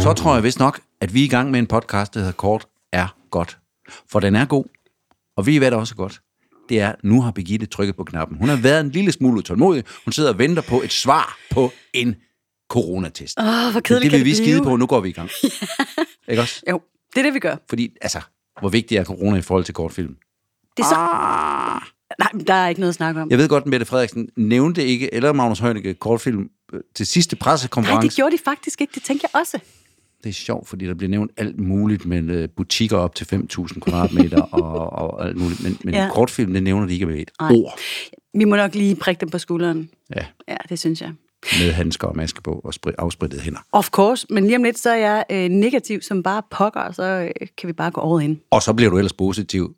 så tror jeg vist nok, at vi er i gang med en podcast, der hedder Kort er godt. For den er god, og vi er hvad der også er godt. Det er, nu har Birgitte trykket på knappen. Hun har været en lille smule utålmodig. Hun sidder og venter på et svar på en coronatest. Åh, oh, hvor Men det kedeligt vil vi blive. skide på, nu går vi i gang. Ikke også? Jo, det er det, vi gør. Fordi, altså, hvor vigtig er corona i forhold til kortfilm? Ah! Det er så... Nej, men der er ikke noget at snakke om. Jeg ved godt, Mette Frederiksen nævnte ikke, eller Magnus Høinicke, kortfilm øh, til sidste pressekonference. Nej, det gjorde de faktisk ikke. Det tænker jeg også. Det er sjovt, fordi der bliver nævnt alt muligt med øh, butikker op til 5.000 kvadratmeter og, og alt muligt. Men, men ja. Ja. kortfilm, det nævner de ikke ved et Nej. ord. Vi må nok lige prikke dem på skulderen. Ja, Ja, det synes jeg. med handsker og maske på og spri- afsprittet hænder. Of course, men lige om lidt, så er jeg øh, negativ som bare pokker, og så øh, kan vi bare gå all in. Og så bliver du ellers positiv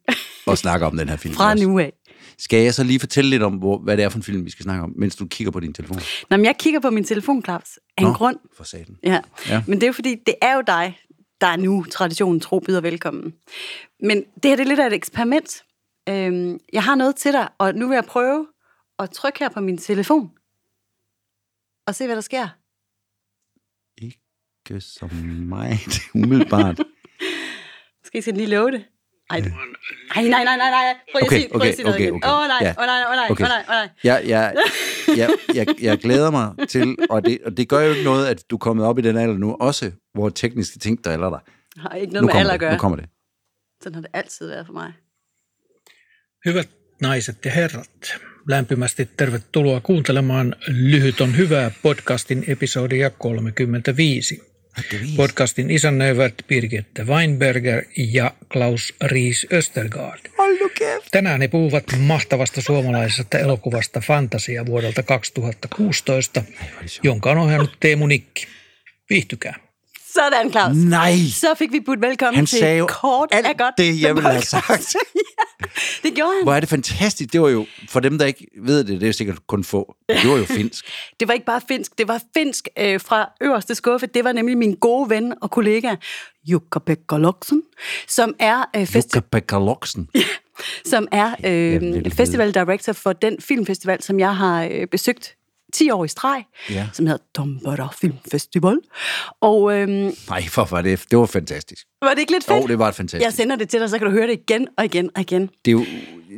og snakker om den her film. Fra også. nu af. Skal jeg så lige fortælle lidt om, hvor, hvad det er for en film, vi skal snakke om, mens du kigger på din telefon? Nå, men jeg kigger på min telefon, Claus, af en Nå. grund. For satan. Ja. Ja. ja. Men det er jo fordi, det er jo dig, der er nu traditionen tro byder velkommen. Men det her det er lidt af et eksperiment. Øhm, jeg har noget til dig, og nu vil jeg prøve at trykke her på min telefon. Og se, hvad der sker. Ikke som mig, umiddelbart. Måske skal jeg lige love det. Ej, du- Ej, nej, nej, nej, nej. Prøv lige Okay, at sige, prøv lige okay, at sige noget okay, igen. okay. Åh, nej, Ja. åh, nej, åh, nej, åh, Okay. nej, åh, nej. Jeg, jeg, jeg, jeg, jeg glæder mig til, og det, og det gør jo ikke noget, at du er kommet op i den alder nu, også hvor tekniske ting driller dig. Har ikke Nu noget med kommer, alder at det, nu gøre. kommer det. Sådan har det altid været for mig. Hyvät naiset ja herrat, lämpimästi tervetuloa kuuntelemaan Lyhyt on hyvää podcastin episodia 35. Podcastin isännöivät Birgitte Weinberger ja Klaus Ries Östergaard. Tänään he puhuvat mahtavasta suomalaisesta elokuvasta Fantasia vuodelta 2016, jonka on ohjannut Teemu Nikki. Viihtykää. Sådan, Claus. Nej! Så fik vi budt velkommen Han til sagde jo Kort alt er godt. det, jeg ville have podcast. ja, det gjorde han. Hvor er det fantastisk. Det var jo, for dem, der ikke ved det, det er sikkert kun få. Det var jo finsk. Det var ikke bare finsk, det var finsk øh, fra øverste skuffe. Det var nemlig min gode ven og kollega, Jukka Pekka Loksen, som er, øh, festi- Luka Bakaloksen. som er Jamen, det er øh, lidt festival director for den filmfestival, som jeg har øh, besøgt 10 år i streg, Ja. som hedder Dombora Film Festival. Og øh, Nej, for var det, det var fantastisk. var det ikke lidt fedt? Jo, det var et jeg fantastisk. sender det til dig, så kan du høre det igen og igen og igen. Det er, jo,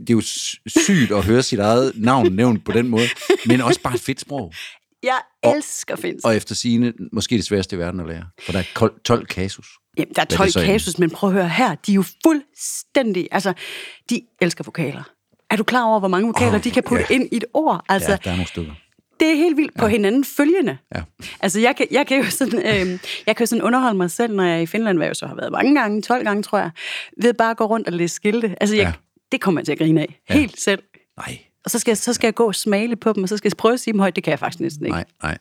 det er jo sy- sygt at høre sit eget navn nævnt på den måde, men også bare et fedt sprog. Jeg Og- elsker finsk. Og efter sigende, måske det sværeste i verden at lære, for der er kol- 12 kasus. Jamen, der er Hvad er 12 det så kasus, men prøv at høre her. De er jo fuldstændig... Altså, de elsker vokaler. Er du klar over, hvor mange vokaler Åh, oh, de kan putte ja. ja. ind i et ord? Altså, Ja, ja, der er nogle stykker. det er helt vildt på hinanden følgende. Ja. Altså, jeg kan, jeg kan jo sådan, øh, jeg kan jo sådan underholde mig selv, når jeg er i Finland, hvad jeg jo så har været mange gange, 12 gange, tror jeg, ved bare at gå rundt og læse skilte. Altså, jeg, Ja. ja. det kommer jeg til at grine af. Ja. Helt selv. Nej, Og så skal, jeg, så skal jeg gå og smale på dem, og så skal jeg prøve at sige dem højt. Det kan jeg faktisk næsten ikke. nej, nej.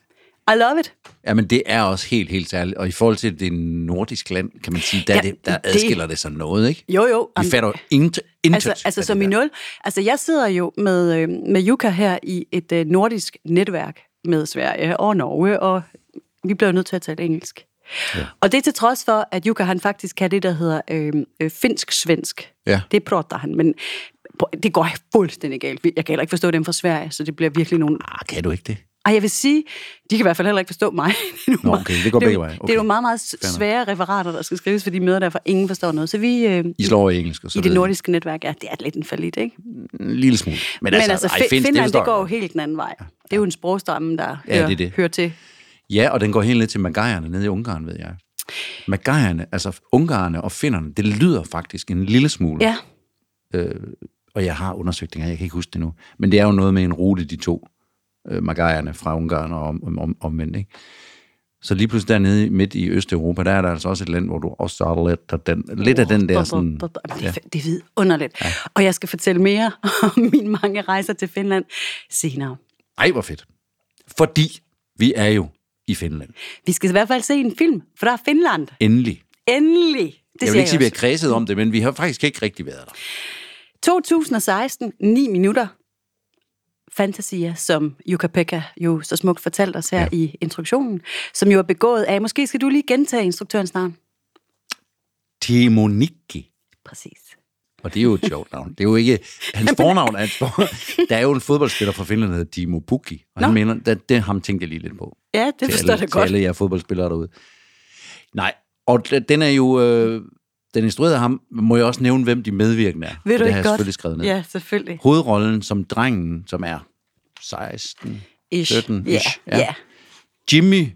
I love it. Jamen, det er også helt, helt særligt. Og i forhold til, at det er en nordisk land, kan man sige, der, ja, Ja, det, der det- adskiller det sig noget, ikke? Jo, jo. Vi Jamen, fatter jo intet, intet Altså, altså af som det i der. nul. Altså, jeg sidder jo med, øh, med Jukka her i et øh, nordisk netværk med Sverige og Norge, og vi bliver jo nødt til at tale engelsk. Ja. Og det er til trods for, at Jukka han faktisk kan det, der hedder øh, øh, finsk-svensk. Ja. Det prater han, men pr- det går fuldstændig galt. Vi- Jeg kan heller ikke forstå dem fra Sverige, så det bliver virkelig nogle... Ah, kan du ikke det? Ej, jeg vil sige, de kan i hvert fald heller ikke forstå mig. Det er nogle Nå, meget- okay, det går det er begge jo- veje. Det Okay. er nogle meget, meget s- svære referater, der skal skrives for de møder, derfor ingen forstår noget. Så vi... Øh, I slår over i engelsk og så i det videre. nordiske netværk, ja, det er lidt en falit, ikke? En lille smule. Men, Men altså, ej, Fi- finsk, Finland, det forstår går jo jeg. helt den anden vej. Det er jo en sprogstamme, der Ja, ja, hører, det er det det. det. hører til. Ja, og den går helt ned til magajerne nede i Ungarn, ved jeg. Magajerne, altså ungarerne og finnerne, det lyder faktisk en lille smule. Ja, Og jeg har undersøgt det, engang, jeg kan ikke huske det nu. Men det er jo noget med en rute, de to øh, magajerne fra Ungarn og om, om, om, omvendt, ikke? Så lige pludselig dernede midt i Østeuropa, der er der altså også et land, hvor du også er lidt af den, lidt af den der sådan... Bop, bop, bop. Det, er, det er vidunderligt. Ja. Og jeg skal fortælle mere om mine mange rejser til Finland senere. Ej, hvor fedt. Fordi vi er jo i Finland. Vi skal i hvert fald se en film fra Finland. Endelig. Endelig! Det jeg vil siger ikke sige, at vi har også. kredset om det, men vi har faktisk ikke rigtig været der. 2016, 9 minutter. Fantasia, som Jukka-Pekka jo så smukt fortalte os her Ja. ja. i introduktionen, som jo er begået af, måske skal du lige gentage instruktørens navn. Timoniki. Præcis. Og det er jo et sjovt navn. Det er jo ikke... Hans fornavn er hans for... Der er jo en fodboldspiller fra Finland, der hedder Timo Pukki. Og han Nå. mener, det, det ham tænkte jeg lige lidt på. Ja, det Til forstår alle, jeg godt. Til alle jer fodboldspillere derude. Nej, og d- den er jo... Øh, den instruerede ham, må jeg også nævne, hvem de medvirkende er. Ved For du det ikke har jeg godt? selvfølgelig skrevet ned. Ja, selvfølgelig. Hovedrollen som drengen, som er 16, Ish. 17 -ish, Ja, ja. ja. ja. Jimmy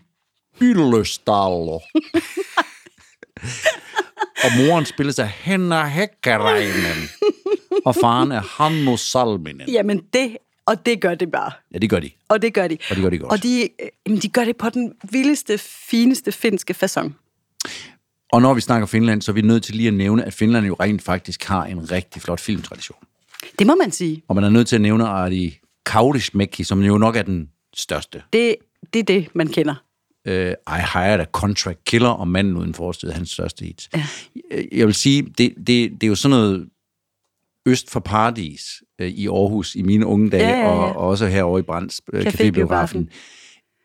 Yllestaller. og moren spilles af Henna Häkkarainen. Og faren er Hannu Salminen. Jamen det, og det gør det bare. Ja, det gør de. Og det gør de. Og det gør de godt. Og de, øh, jamen, de gør det på den vildeste, fineste finske façon. Og når vi snakker Finland, så er vi nødt til lige at nævne, at Finland jo rent faktisk har en rigtig flot filmtradition. Det må man sige. Og man er nødt til at nævne Ari Kaurismäki, som jo nok er den største. Det, det er det, man kender. Øh, I Hired a Contract Killer og Manden Uden Forstød, hans største hit. Ja. Jeg vil sige, det, det, det er jo sådan noget øst for paradis øh, i Aarhus i mine unge dage, Ja, ja, ja. Og, og også herovre i Brands øh, Cafébiografen. Cafébiografen.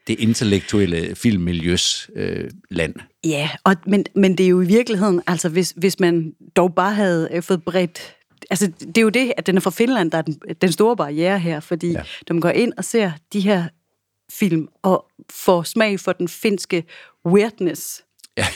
Det intellektuelle filmmiljøs øh, land. Ja, og, men, men det er jo i virkeligheden, altså hvis, hvis man dog bare havde øh, fået bredt... Altså det er jo det, at den er fra Finland, der er den, den store barriere her, fordi ja. når man går ind og ser de her film og får smag for den finske weirdness. Ja.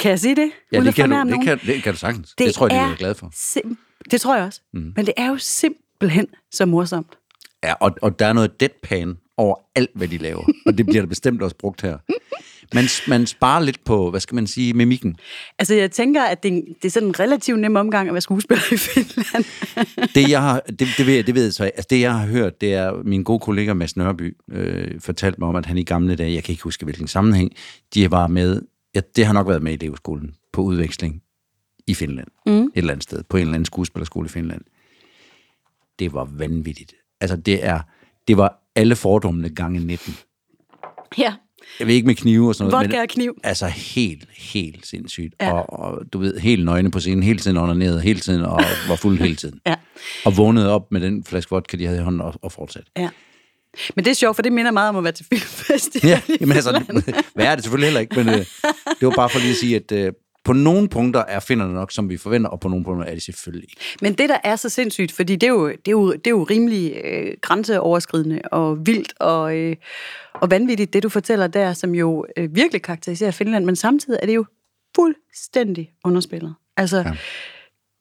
Kan jeg sige det? Ja, Uden det at kan, fornærme du, det, nogen? kan, det kan du sagtens. Det, det tror jeg, de vil er være glade for. Mhm. Sim- det tror jeg også. Mm. Men det er jo simpelthen så morsomt. Ja, og, og der er noget deadpan over alt, hvad de laver. Og det bliver der bestemt også brugt her. Man, man sparer lidt på, hvad skal man sige, mimikken. Altså, jeg tænker, at det er, en- det er sådan en relativt nem omgang at være skuespiller i Finland. Det, jeg har, det, det, ved, jeg- det ved jeg så, altså, det jeg har hørt, det er, min gode kollega Mads Nørby øh, fortalte mig om, at han i gamle dage, jeg kan ikke huske hvilken sammenhæng, de var med, ja, det har nok været med i elevskolen på udveksling i Finland. Mm. Et eller andet sted, på en eller anden skuespillerskole i Finland. Det var vanvittigt. Altså, det er, det var alle fordommene gange 19. ja, Jeg ved ikke med knive og sådan noget. Vodka og kniv. Altså helt, helt sindssygt. Ja. Og, og, du ved, helt nøgne på scenen, hele tiden onaneret, hele tiden, og var fuld hele tiden. Ja. Og vågnede op med den flaske vodka, de havde i hånden, og, og fortsatte. ja. Men det er sjovt, for det minder meget om at være til filmfestival. Ja, jamen altså, hvad er det selvfølgelig heller ikke, men øh, det var bare for lige at sige, at øh, på nogle punkter er finderne nok, som vi forventer, og på nogle punkter er de selvfølgelig ikke. Men det, der er så sindssygt, fordi det er jo, det er jo, det er jo rimelig øh, grænseoverskridende og vildt og, øh, og vanvittigt, det du fortæller der, som jo øh, virkelig karakteriserer Finland, men samtidig er det jo fuldstændig underspillet. Altså, ja.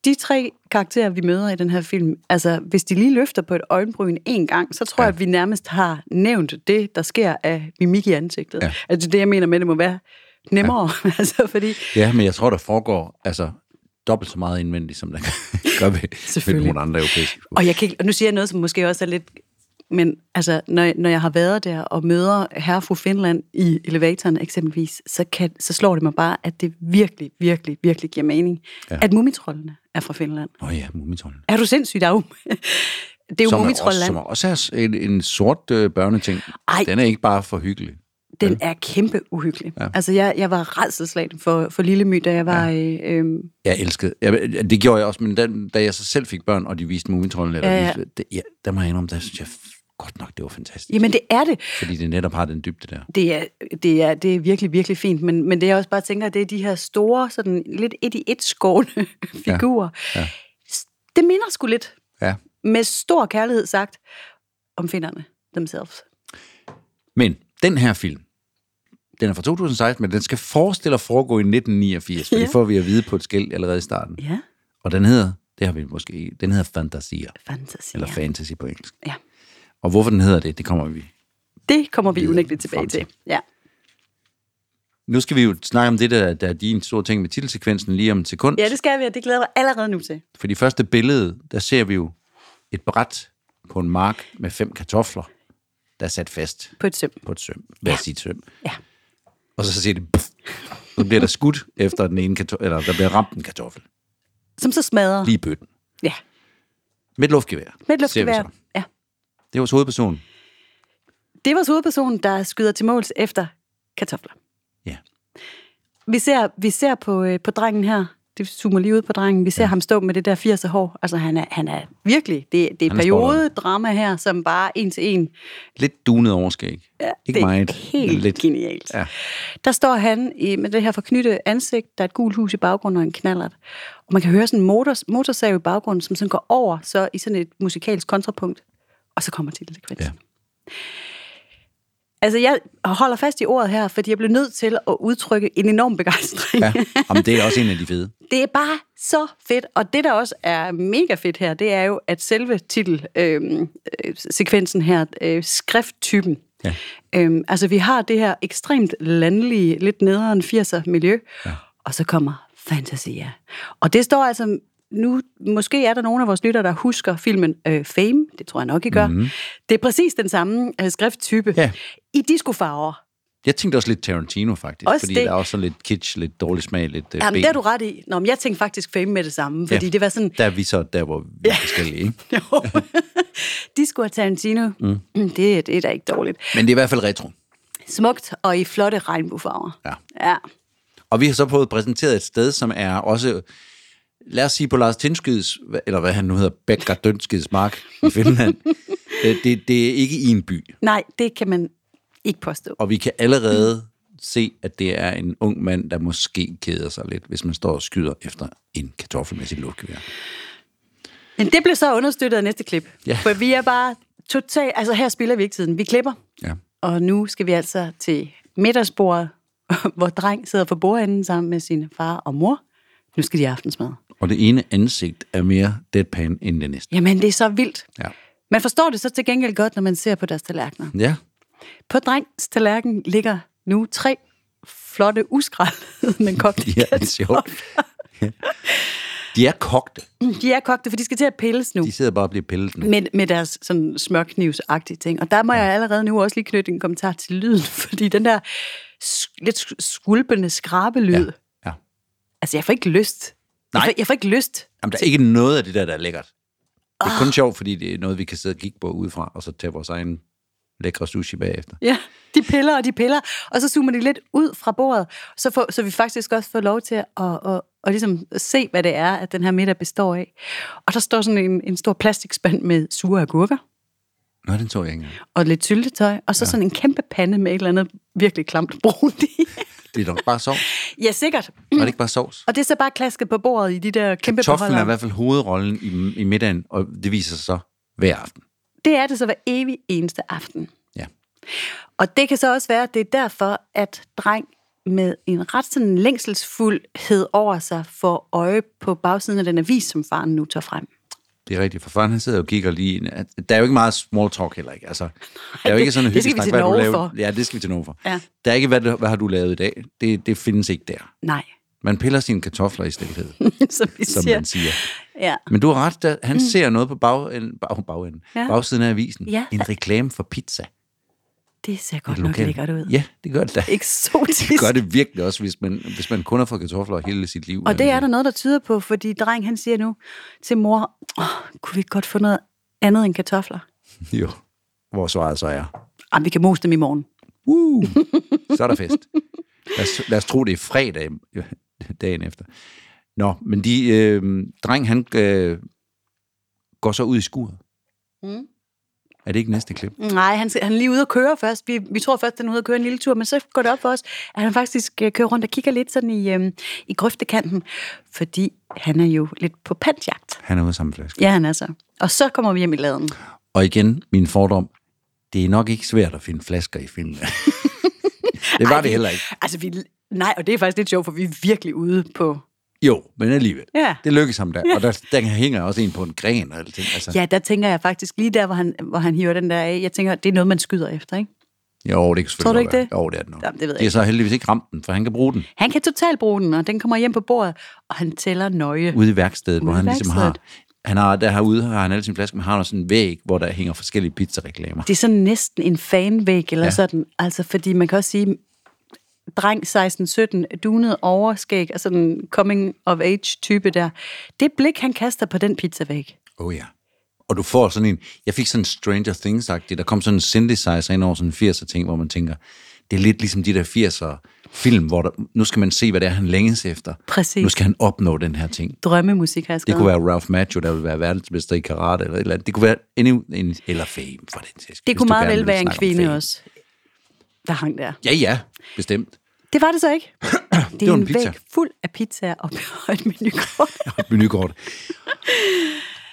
de tre karakterer, vi møder i den her film, altså, hvis de lige løfter på et øjenbryn en gang, så tror ja. jeg, at vi nærmest har nævnt det, der sker af mimik i ansigtet. Ja. Altså, det, jeg mener med, det må være nemmere. Ja. altså, fordi, Ja, men jeg tror, der foregår altså, dobbelt så meget indvendigt, som der gør ved, ved Selvfølgelig. nogle andre europæiske. skuespillere. Og jeg kan ikke, og nu siger jeg noget, som måske også er lidt... Men altså, når, jeg- når jeg har været der og møder herre og fru Finland i elevatoren eksempelvis, så, kan, så slår det mig bare, at det virkelig, virkelig, virkelig giver mening. Ja. At mumitrollene er fra Finland. Nå ja, Mumitrollen. Er du sindssyg, der er jo... Det er jo Som er også, mumitrolland. som også er en, en sort øh, børneting. Ej. Den er ikke bare for hyggelig. Den er kæmpe uhyggelig. Ja. Altså, jeg, jeg var redselslagen for, for Lille My, da jeg var... Ja. Øh, øh, Jeg elskede. Jeg, det gjorde jeg også, men da, da jeg så selv fik børn, og de viste Mumitrollen, eller Ja, ja. Viste, det, ja, der må jeg indrømme, der synes jeg f- godt nok, det var fantastisk. jamen, det er det. Fordi det netop har den dybde der. Det er, det, er, det er virkelig, virkelig fint, men, men det jeg også bare tænker, det er de her store, sådan lidt et i et skående figurer. Ja. Ja. Det minder sgu lidt, Ja. med stor kærlighed sagt, om finderne themselves. Men den her film, den er fra 2016, men den skal forestille at foregå i 1989, for Ja. det får vi at vide på et skilt allerede i starten. Ja, Og den hedder, det har vi måske ikke, den hedder Fantasia, fantasi. eller fantasy på engelsk. ja. Og hvorfor den hedder det, det kommer vi Det kommer vi Videre unægteligt tilbage frem til. til. Ja. Nu skal vi jo snakke om det, der, der er din store ting med titelsekvensen lige om et sekund. ja, det skal vi, og det glæder jeg mig allerede nu til. For de første billede, der ser vi jo et bræt på en mark med fem kartofler, der er sat fast På et søm. på et søm. Hvad ja. sit søm? Ja. Og så siger det... Puff. Så bliver der skudt efter den ene kartoffel, eller der bliver ramt en kartoffel. Som så smadrer. Lige i bøtten. Ja, Med et luftgevær. med et ser vi luftgevær. så. Ja. Det er hos hovedpersonen. Det er vores hovedperson, der skyder til måls efter kartofler. Ja. Vi ser, vi ser på, øh, på drengen her. Det zoomer lige ud på drengen. Vi ser ja. ham stå med det der 80'er hår. Altså, han er, han er virkelig... Det, det er Han er spot on. periodedrama her, som bare en til en. Lidt dunet overskæg. Ja, Ikke det meget. er helt lidt. lidt. genialt. Ja. Der står han i, med det her forknyttede ansigt. Der er et gult hus i baggrunden og en knallert. Og man kan høre sådan en motors, motorsav i baggrunden, som sådan går over så i sådan et musikalsk kontrapunkt. Og så kommer titelsekvensen. Ja. Ja. Altså, jeg holder fast i ordet her, fordi jeg blev nødt til at udtrykke en enorm begejstring. Ja, Jamen, det er også en af de fede. det er bare så fedt. Og det, der også er mega fedt her, det er jo, at selve titelsekvensen øh, her, øh, skrifttypen, Ja. Øhm, altså, vi har det her ekstremt landlige, lidt nederen 80'er miljø, ja. og så kommer Fantasia. Og det står altså nu, måske er der nogen af vores lytter, der husker filmen øh, Fame, det tror jeg nok, I gør. Mm-hmm. Det er præcis den samme øh, skrifttype Ja. i discofarver. Jeg tænkte også lidt Tarantino, faktisk. Også fordi det. der er også sådan lidt kitsch, lidt dårlig smag, lidt øh, Jamen, det har du ret i. Nå, men jeg tænkte faktisk Fame med det samme, fordi ja. det var sådan, Der er vi så der, hvor vi er forskellige. Ikke? jo, disco og Tarantino, mm. det, det er da ikke dårligt. Men det er i hvert fald retro. Smukt og i flotte regnbuefarver. Ja. ja. Og vi har så fået præsenteret et sted, som er også, lad os sige på Lars Tindskids, eller hvad han nu hedder, Becker Dønskids mark i Finland. Øh, det, det er ikke i en by, Nej, det kan man ikke påstå. og vi kan allerede se, at det er en ung mand, der måske keder sig lidt, hvis man står og skyder efter en kartoffel med sit luftgevær. Men det blev så understøttet af næste klip. Ja. For vi er bare totalt... Altså, her spiller vi ikke tiden. Vi klipper, Ja. og nu skal vi altså til middagsbordet, hvor dreng sidder for bordenden sammen med sin far og mor. Nu skal de have aftensmad. Og det ene ansigt er mere deadpan end det næste. Jamen, det er så vildt. Ja. Man forstår det så til gengæld godt, når man ser på deres tallerkener. Ja, På drengs tallerken ligger nu tre flotte uskrællede, men kogte ja det er sjovt. Ja. De er kogte. De er kogte, for de skal til at pilles nu. De sidder bare og bliver pillet nu. med, med deres sådan smørknivsagtige ting. Og der må ja. jeg allerede nu også lige knytte en kommentar til lyden, fordi den der sk- lidt sk- skulpende skrabelyd, ja. Ja. altså jeg får ikke lyst. Nej. Jeg, får, jeg får ikke lyst. Jamen, der er ikke noget af det der, der er lækkert. Det er kun sjovt, fordi det er noget, vi kan sidde og kigge på udefra, og så tage vores egen lækre sushi bagefter. Ja, de piller og de piller, og så zoomer de lidt ud fra bordet, så, får, så vi faktisk også får lov til at, at, at, at ligesom se, hvad det er, at den her middag består af. Og der står sådan en, en stor plastikspand med sure agurker Nå, den så jeg ikke engang. og lidt syltetøj, og så ja. sådan en kæmpe pande med et eller andet virkelig klamt brunt i. Det er dog bare sovs. ja, sikkert. Var det ikke bare sovs? Og det er så bare klasket på bordet i de der kæmpe Kartoflen er i beholdere. hvert fald hovedrollen i, i middagen, og det viser sig så hver aften. Det er det så hver evig eneste aften. Ja. Og det kan så også være, at det er derfor, at dreng med en ret sådan længselsfuldhed over sig får øje på bagsiden af den avis, som faren nu tager frem. Det er rigtigt, for faren han sidder og kigger lige... ind. Der er jo ikke meget small talk heller, ikke? Altså, der er jo ikke sådan en det skal vi hyggesnak, til hvad har du Norge lavet? for. Ja, det skal vi til Norge for. Ja. Der er ikke, hvad, hvad har du lavet i dag? Det, det findes ikke der. Nej, Man piller sine kartofler i stilhed, som vi som siger. man siger. Ja. Men du har ret, der, han mm. ser noget på bagenden, bag, bagenden, ja. Ja. bagsiden af avisen. Ja. En reklame for pizza. Det ser godt nok Lokal. lækkert ud. Ja, det gør det da. Eksotisk. Det gør det virkelig også, hvis man, hvis man kun har fået kartofler hele sit liv. Øh, Og det er der noget, der tyder på, fordi dreng han siger nu til mor, oh, kunne vi ikke godt få noget andet end kartofler? Jo, hvor svaret så er. Jamen, vi kan mose dem i morgen. Uh, så er der fest. Lad os, lad os tro, det er fredag dagen efter. Nå, men de, øh, dreng, han øh, går så ud i skuret. Mm. Er det ikke næste klip? Nej, han, skal- han er lige ude at køre først. Vi, vi tror først, at han er ude at køre en lille tur, men så går det op for os, at han faktisk øh, kører rundt og kigger lidt sådan i, øhm, i grøftekanten, fordi han er jo lidt på pantjagt. Han er ude sammen flaske. Ja, han er så. Og så kommer vi hjem i laden. Og igen, min fordom, det er nok ikke svært at finde flasker i Finland. det var Ej, det vi- heller ikke. Altså, vi, nej, og det er faktisk lidt sjovt, for vi er virkelig ude på... Jo, men alligevel. Ja. Det lykkedes ham der. Og der, der hænger også en på en gren og alting. Altså, Ja, der tænker jeg faktisk lige der, hvor han, hvor han hiver den der af. Jeg tænker, det er noget, man skyder efter, ikke? Jo, det kan selvfølgelig Tror du godt ikke være. det? Jo, det er det nok. Jamen, det ved jeg det er så heldigvis ikke ramt den, for han kan bruge den Han kan totalt bruge den, og den kommer hjem på bordet, og han tæller nøje. ude i værkstedet, hvor Ude i han ligesom har... værkstedet. Han har, der herude har han alle sine flasker, men har han også sådan en væg, hvor der hænger forskellige pizzareklamer. Det er sådan næsten en fanvæg eller Ja. ja. sådan. Altså, fordi man kan også sige, dreng 16-17, dunet overskæg og sådan coming of age type der. Det blik, han kaster på den pizzavæg. Åh oh, ja. Og du får sådan en... Jeg fik sådan en Stranger things -agtig. Der kom sådan en synthesizer ind over sådan en 80'er ting, hvor man tænker, det er lidt ligesom de der 80'er film, hvor der, nu skal man se, hvad det er, han længes efter. Præcis. Nu skal han opnå den her ting. Drømmemusik har jeg Det skrevet. kunne være Ralph Macho, der ville være verdensmester i karate, eller et eller andet. Det kunne være endnu en, eller fame, for den sags skyld, det hvis kunne du meget gerne vil vel være en snakke om kvinde fame. også, der hang der. Ja, ja, bestemt. Det var det så ikke. Det er var en en pizza. væg fuld af pizzaer og et menukort. Menukort.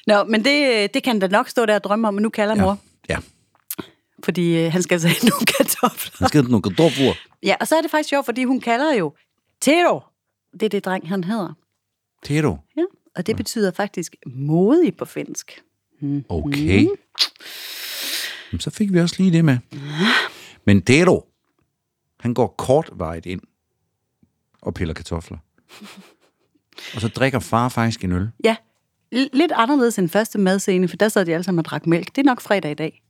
Nå, men det, det kan da nok stå der og drømme om, men nu kalder Ja. mor. ja. fordi øh, han skal altså have nogle kartofler. Han skal have nogle kartofler. Ja, og så er det faktisk sjovt, fordi hun kalder jo Tero. Det er det dreng, han hedder. Tero. Ja, og det betyder faktisk modig på finsk. Mhm. Okay. Mm. Jamen, så fik vi også lige det med. Men Tero, han går kortvarigt ind og piller kartofler. Og så drikker far faktisk en øl. Ja, L- lidt anderledes end første madscene, for der sad de alle sammen og drak mælk. Det er nok fredag i dag.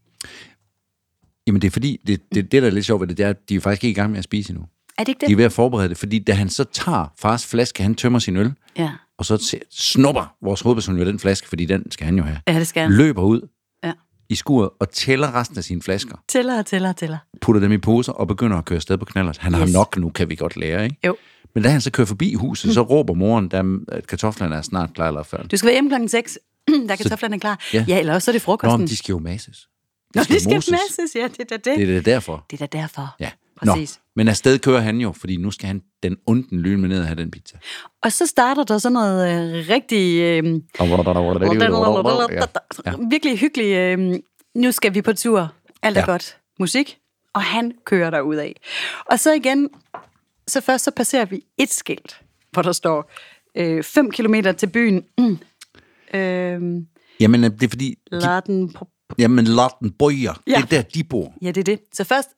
Jamen, det er fordi, det, det, det der er lidt sjovt ved det, det er, at de er faktisk ikke i gang med at spise endnu. Er det ikke De er det? ved at forberede det, fordi da han så tager fars flaske, han tømmer sin øl, Ja, og så se- snupper vores hovedperson jo den flaske, fordi den skal han jo have. ja det skal han. Løber ud Ja. i skuret og tæller resten af sine flasker, Tæller og tæller og tæller. putter dem i poser og begynder at køre sted på knallert. Han har Yes. nok nu, kan vi godt lære, ikke? Jo. Men da han så kører forbi huset, Mm. så råber moren, dem, at kartoflerne er snart klar i hvert fald. Du skal være hjemme klokken 6. der er kartoflerne klar. Ja. Ja. ja, eller også så er det Nå, frokosten. men de skal jo mases. Nå, de skal moses. masses. Ja, det er da det. Det er det derfor. Det er da derfor. Ja. Præcis. Nå, men afsted kører han jo, fordi nu skal han den onden lyn med ned og have den pizza. Og så starter der sådan noget øh, rigtig... Øh, Ja. Ja. virkelig hyggelig... Øh, nu skal vi på tur. Alt er Ja. ja. godt. Musik. Og han kører derud af. Og så igen, så først så passerer vi et skilt, hvor der står 5 øh, km til byen. Mm. Øh, Jamen, det er fordi... De, Laden på jamen, Larten Bøjer, ja. Ja. det er der, de bor. Ja, det er det. Så først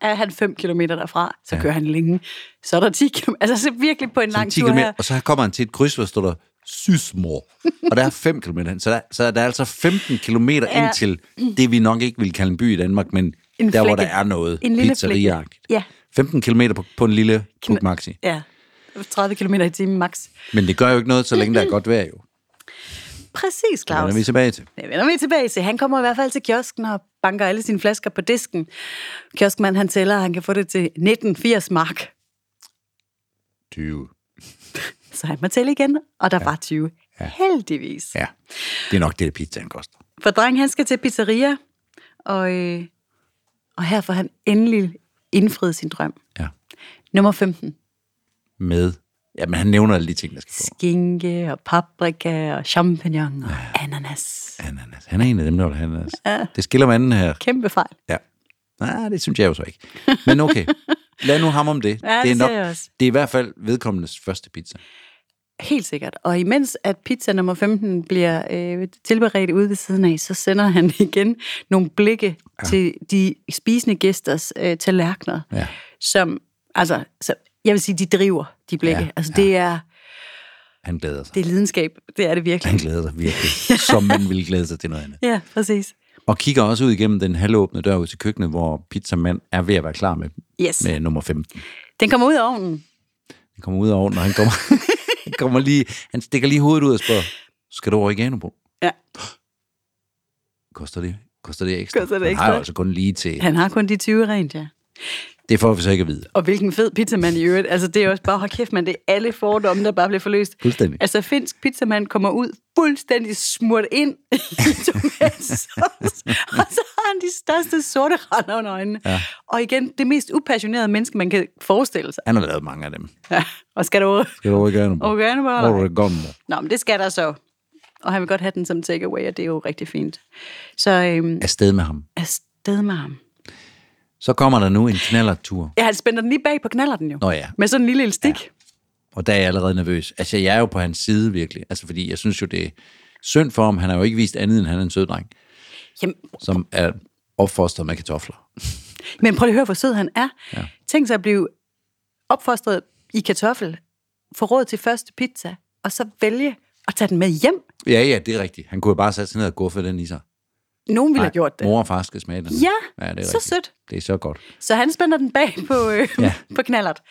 er han 5 km derfra, så ja. kører han længe. Så er der 10 km. Altså så virkelig på en Så lang 10 tur km, her. og så kommer han til et kryds, hvor står der Sysmor. Og der er 5 km hen. Så der, så er der altså 15 km ja. Ja. ind til det, vi nok ikke vil kalde en by i Danmark, men en En der, hvor der flække. er noget En lille flække. pizzeriagtigt. Ja. 15 km på, på en lille Cook Maxi. Ja, 30 km i timen max. Men det gør jo ikke noget, så længe der er godt vejr jo. Præcis, Det Claus. vender vi tilbage til. Det vender vi tilbage til. Han kommer i hvert fald til kiosken og banker alle sine flasker på disken. Kioskmanden han tæller, og han kan få det til 1980 mark. 20. Så han må tælle igen, og der ja. var 20. Ja. Heldigvis. Ja, det er nok det, der pizzaen koster. For drengen, han skal til pizzeria, og, øh, og her får han endelig indfriet sin drøm. Ja. Nummer 15. Med. Jamen, han nævner alle de ting, der skal på. skinke og paprika og champignon og ananas. Ananas. Han er en af dem, der vil have ananas. Ja. Det skiller manden her. Kæmpe fejl. Ja. Nej, det synes jeg jo så ikke. Men okay, lad nu ham om det. Ja, det, er det nok, siger jeg også. det er i hvert fald vedkommendes første pizza. Helt sikkert. Og imens at pizza nummer 15 bliver øh, tilberedt ude ved siden af, så sender han igen nogle blikke ja. til de spisende gæsters øh, tallerkener, Ja. som, altså, så, jeg vil sige, de driver de blikke. Ja, Ja. Altså, det er, Han glæder sig. det er lidenskab. Det er det virkelig. Han glæder sig virkelig, som man ville glæde sig til noget andet. Ja, præcis. Og kigger også ud igennem den halvåbne dør ud til køkkenet, hvor pizzamand er ved at være klar med, Yes. med nummer 15. Den kommer ud af ovnen. Han kommer ud af ovnen, og han kommer, han kommer lige, han stikker lige hovedet ud og spørger, skal du oregano på? Ja. Koster det? Koster det ekstra? Koster det Han har ekstra? jo altså kun lige til. Han har kun de 20 rent, ja. Det får vi så ikke at vide. Og hvilken fed pizzamand i øvrigt. Altså, det er også bare, hold kæft, man, det er alle fordomme, der bare bliver forløst. Fuldstændig. Altså, finsk pizzamand kommer ud fuldstændig smurt ind i tomatsauce, og så har han de største sorte render under øjnene. Ja. Og igen, det mest upassionerede menneske, man kan forestille sig. Han har lavet mange af dem. Ja. Og skal du... Skal du oregano på? Oregano på, eller? Oregano. Nå, men det skal der så. Og han vil godt have den som takeaway, og det er jo rigtig fint. Så øhm, Afsted med ham. afsted med ham. Så kommer der nu en knallertur. Ja, han spænder den lige bag på knallerten jo. Nå ja. Med sådan en lille elastik. Ja. Og der er jeg allerede nervøs. Altså, jeg er jo på hans side virkelig. Altså, fordi jeg synes jo, det er synd for ham. Han har jo ikke vist andet, end han er en sød dreng, Jamen, som er opfostret med kartofler. Men prøv lige at høre, hvor sød han er. Ja. Tænk sig at blive opfostret i kartoffel, få råd til første pizza, og så vælge at tage den med hjem. Ja, ja, det er rigtigt. Han kunne jo bare sætte sig ned og guffe den i sig. Nogen ville have gjort det. Mor og far skal smage den. Ja, ja det er så rigtigt. sødt. Det er så godt. Så han spænder den bag på, øh, Ja. ja. på knallert,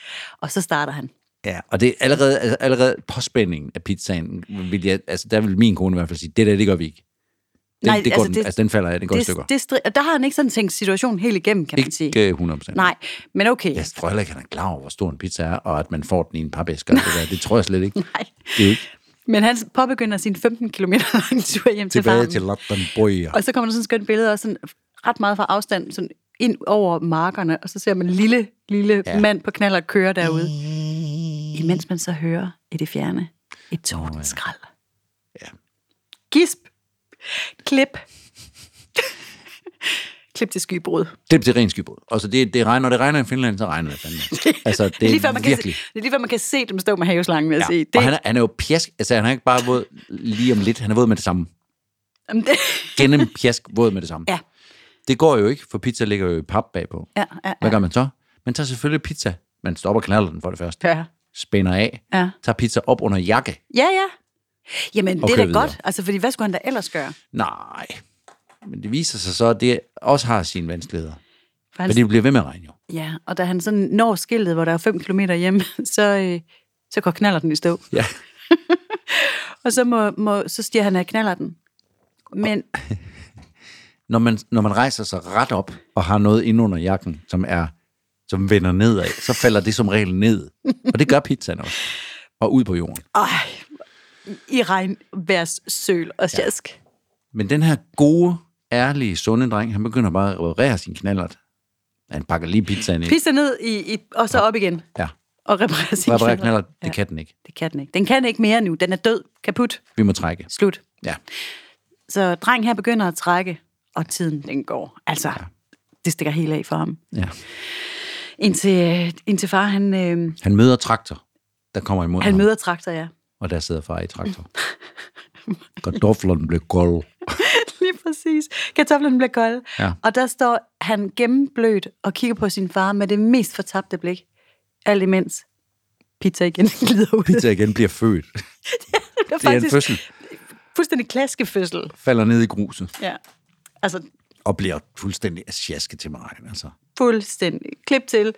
og så starter han. Ja, og det er allerede, altså, allerede påspændingen af pizzaen, vil jeg, altså, der vil min kone i hvert fald sige, det der, det gør vi ikke. Den, Nej, det går altså, den, det- altså, den falder af, den går i stykker. Det, det, stri- og der har han ikke sådan tænkt situationen helt igennem, kan man sige. ikke øh, 100%. Nej, men okay. Jeg Altså, tror heller ikke, han er klar over, hvor stor en pizza er, og at man får den i en papæske. og Det, der. det tror jeg slet ikke. Nej. Det er jo ikke Men han påbegynder sin 15 km lange tur hjem til tilbage farmen. til London Boyer. Og så kommer der sådan et skønt billede også sådan ret meget fra afstand, sådan ind over markerne, og så ser man en lille, lille ja. mand på knaller køre derude. Imens man så hører i det fjerne et tordenskrald. Ja. Gisp. Klip. klip til skybrud. Det bliver ren skybrud. Altså, det, det regner, når det regner i Finland, så regner det fandme. Altså, det er lige før man kan virkelig... se, det er lige før man kan se dem stå med haveslangen, vil jeg ja. sige. Det... Og han er, han er jo pjask. Altså, han er ikke bare våd lige om lidt. Han er våd med det samme. Jamen, det, Gennem pjask våd med det samme. Ja. Det går jo ikke, for pizza ligger jo i pap bagpå. ja, ja, Hvad gør man så? Man tager selvfølgelig pizza. Man stopper knallerten for det første. ja. Spænder af. Ja. Tager pizza op under jakke. Ja, ja. Jamen, Og det er køre da videre. godt. Altså, fordi hvad skulle han da ellers gøre? Nej. Men det viser sig så, at det også har sine vanskeligheder. For han, Fordi det bliver ved med at regne jo. Ja, og da han sådan når skiltet, hvor der er 5 km hjem, så, øh, så går knallerten i stå. Ja. Og så, må, må, så stiger han af knallerten. Men Når man, når man rejser sig ret op og har noget inde under jakken, som er som vender nedad, så falder det som regel ned. Og det gør pizzaen også. Og ud på jorden. ej, i regnværs søl og sjask. Ja. Men den her gode, ærlige, sunde dreng, han begynder bare at reparere sin knallert. Han pakker lige pizzaen ind. Pisser ned i, i, og så op igen Ja, og reparerer sin reparere knallert. knallert, det Ja, kan den ikke. det kan den ikke. Den kan ikke mere nu. Den er død. Kaput. Vi må trække. Slut. Ja. Så drengen her begynder at trække, og tiden den går. Altså, ja. det stikker helt af for ham. ja. Indtil, indtil far, han, øh, Han møder traktor, der kommer imod han ham. møder traktor, ja. Og der sidder far i traktor. Kartoflerne blev kold. Lige præcis. Kartoflerne bliver kolde. Ja. Og der står han gennemblødt og kigger på sin far med det mest fortabte blik. Alt imens pizza igen glider ud. Pizza igen bliver født. Det er Det er en faktisk fødsel. fuldstændig klaskefødsel. Falder ned i gruset. Ja. Altså Og bliver fuldstændig sjaske til mig. Altså. fuldstændig. Klip til,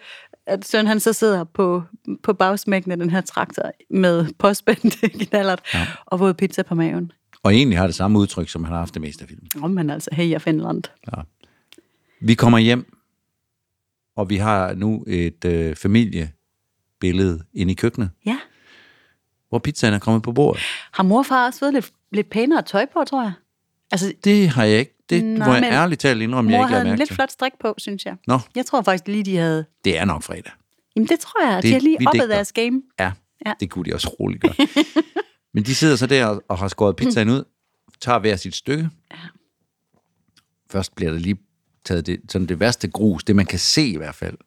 at Søren han så sidder på, på bagsmækken af den her traktor med påspændte knallert ja. og våd pizza på maven. Og egentlig har det samme udtryk, som han har haft det meste af filmen. Om man altså, hey, jeg Finland. Vi kommer hjem, og vi har nu et øh, familiebillede inde i køkkenet, Ja. hvor pizzaen er kommet på bordet. Har mor og far også fået lidt, lidt pænere tøj på, tror jeg? Altså, Det har jeg ikke. Det Nej, Nej, må jeg men- ærligt talt indrømme, jeg Mor ikke havde har en mærke lidt til. flot strik på, synes jeg. Nå, Jeg tror faktisk lige, de havde... det er nok fredag. Jamen, det tror jeg. at De Det- har lige vi oppet digter. deres game. Ja, Ja. ja, det kunne de også roligt gøre. Men de sidder så der og har skåret pizzaen ud, tager hver sit stykke. Først bliver der lige taget det, sådan det værste grus, det man kan se i hvert fald.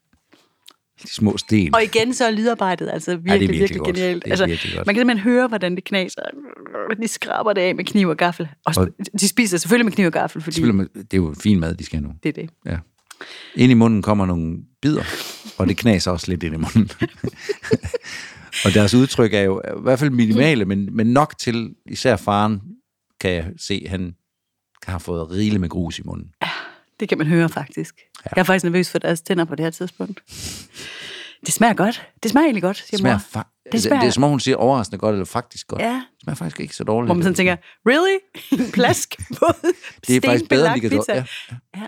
De små sten. Og igen så er lydarbejdet altså virkelig, ja, virkelig virkelig, virkelig godt. genialt. Det er altså, virkelig godt. Man kan simpelthen høre, hvordan det knaser. De skraber det af med kniv og gaffel. Og, og de spiser selvfølgelig med kniv og gaffel, fordi Selvfølgelig, men Det er jo en fin mad, de skal have nu. det er det. Ja. Ind i munden kommer nogle bidder, og det knaser også lidt ind i munden. og deres udtryk er jo i hvert fald minimale, men, men nok til, især faren, kan jeg se, han har fået rigeligt med grus i munden. Det kan man høre faktisk. Ja. Jeg er faktisk nervøs for deres tænder på det her tidspunkt. Det smager godt. Det smager egentlig godt, siger Det smager, mor. fa- det, smager- smager... det er som om, hun siger overraskende godt, eller faktisk godt. Ja. Det smager faktisk ikke så dårligt. Hvor man sådan tænker, really? En plask våd, det er faktisk bedre, end de stenbelagt kan tro. pizza. Ja. Ja.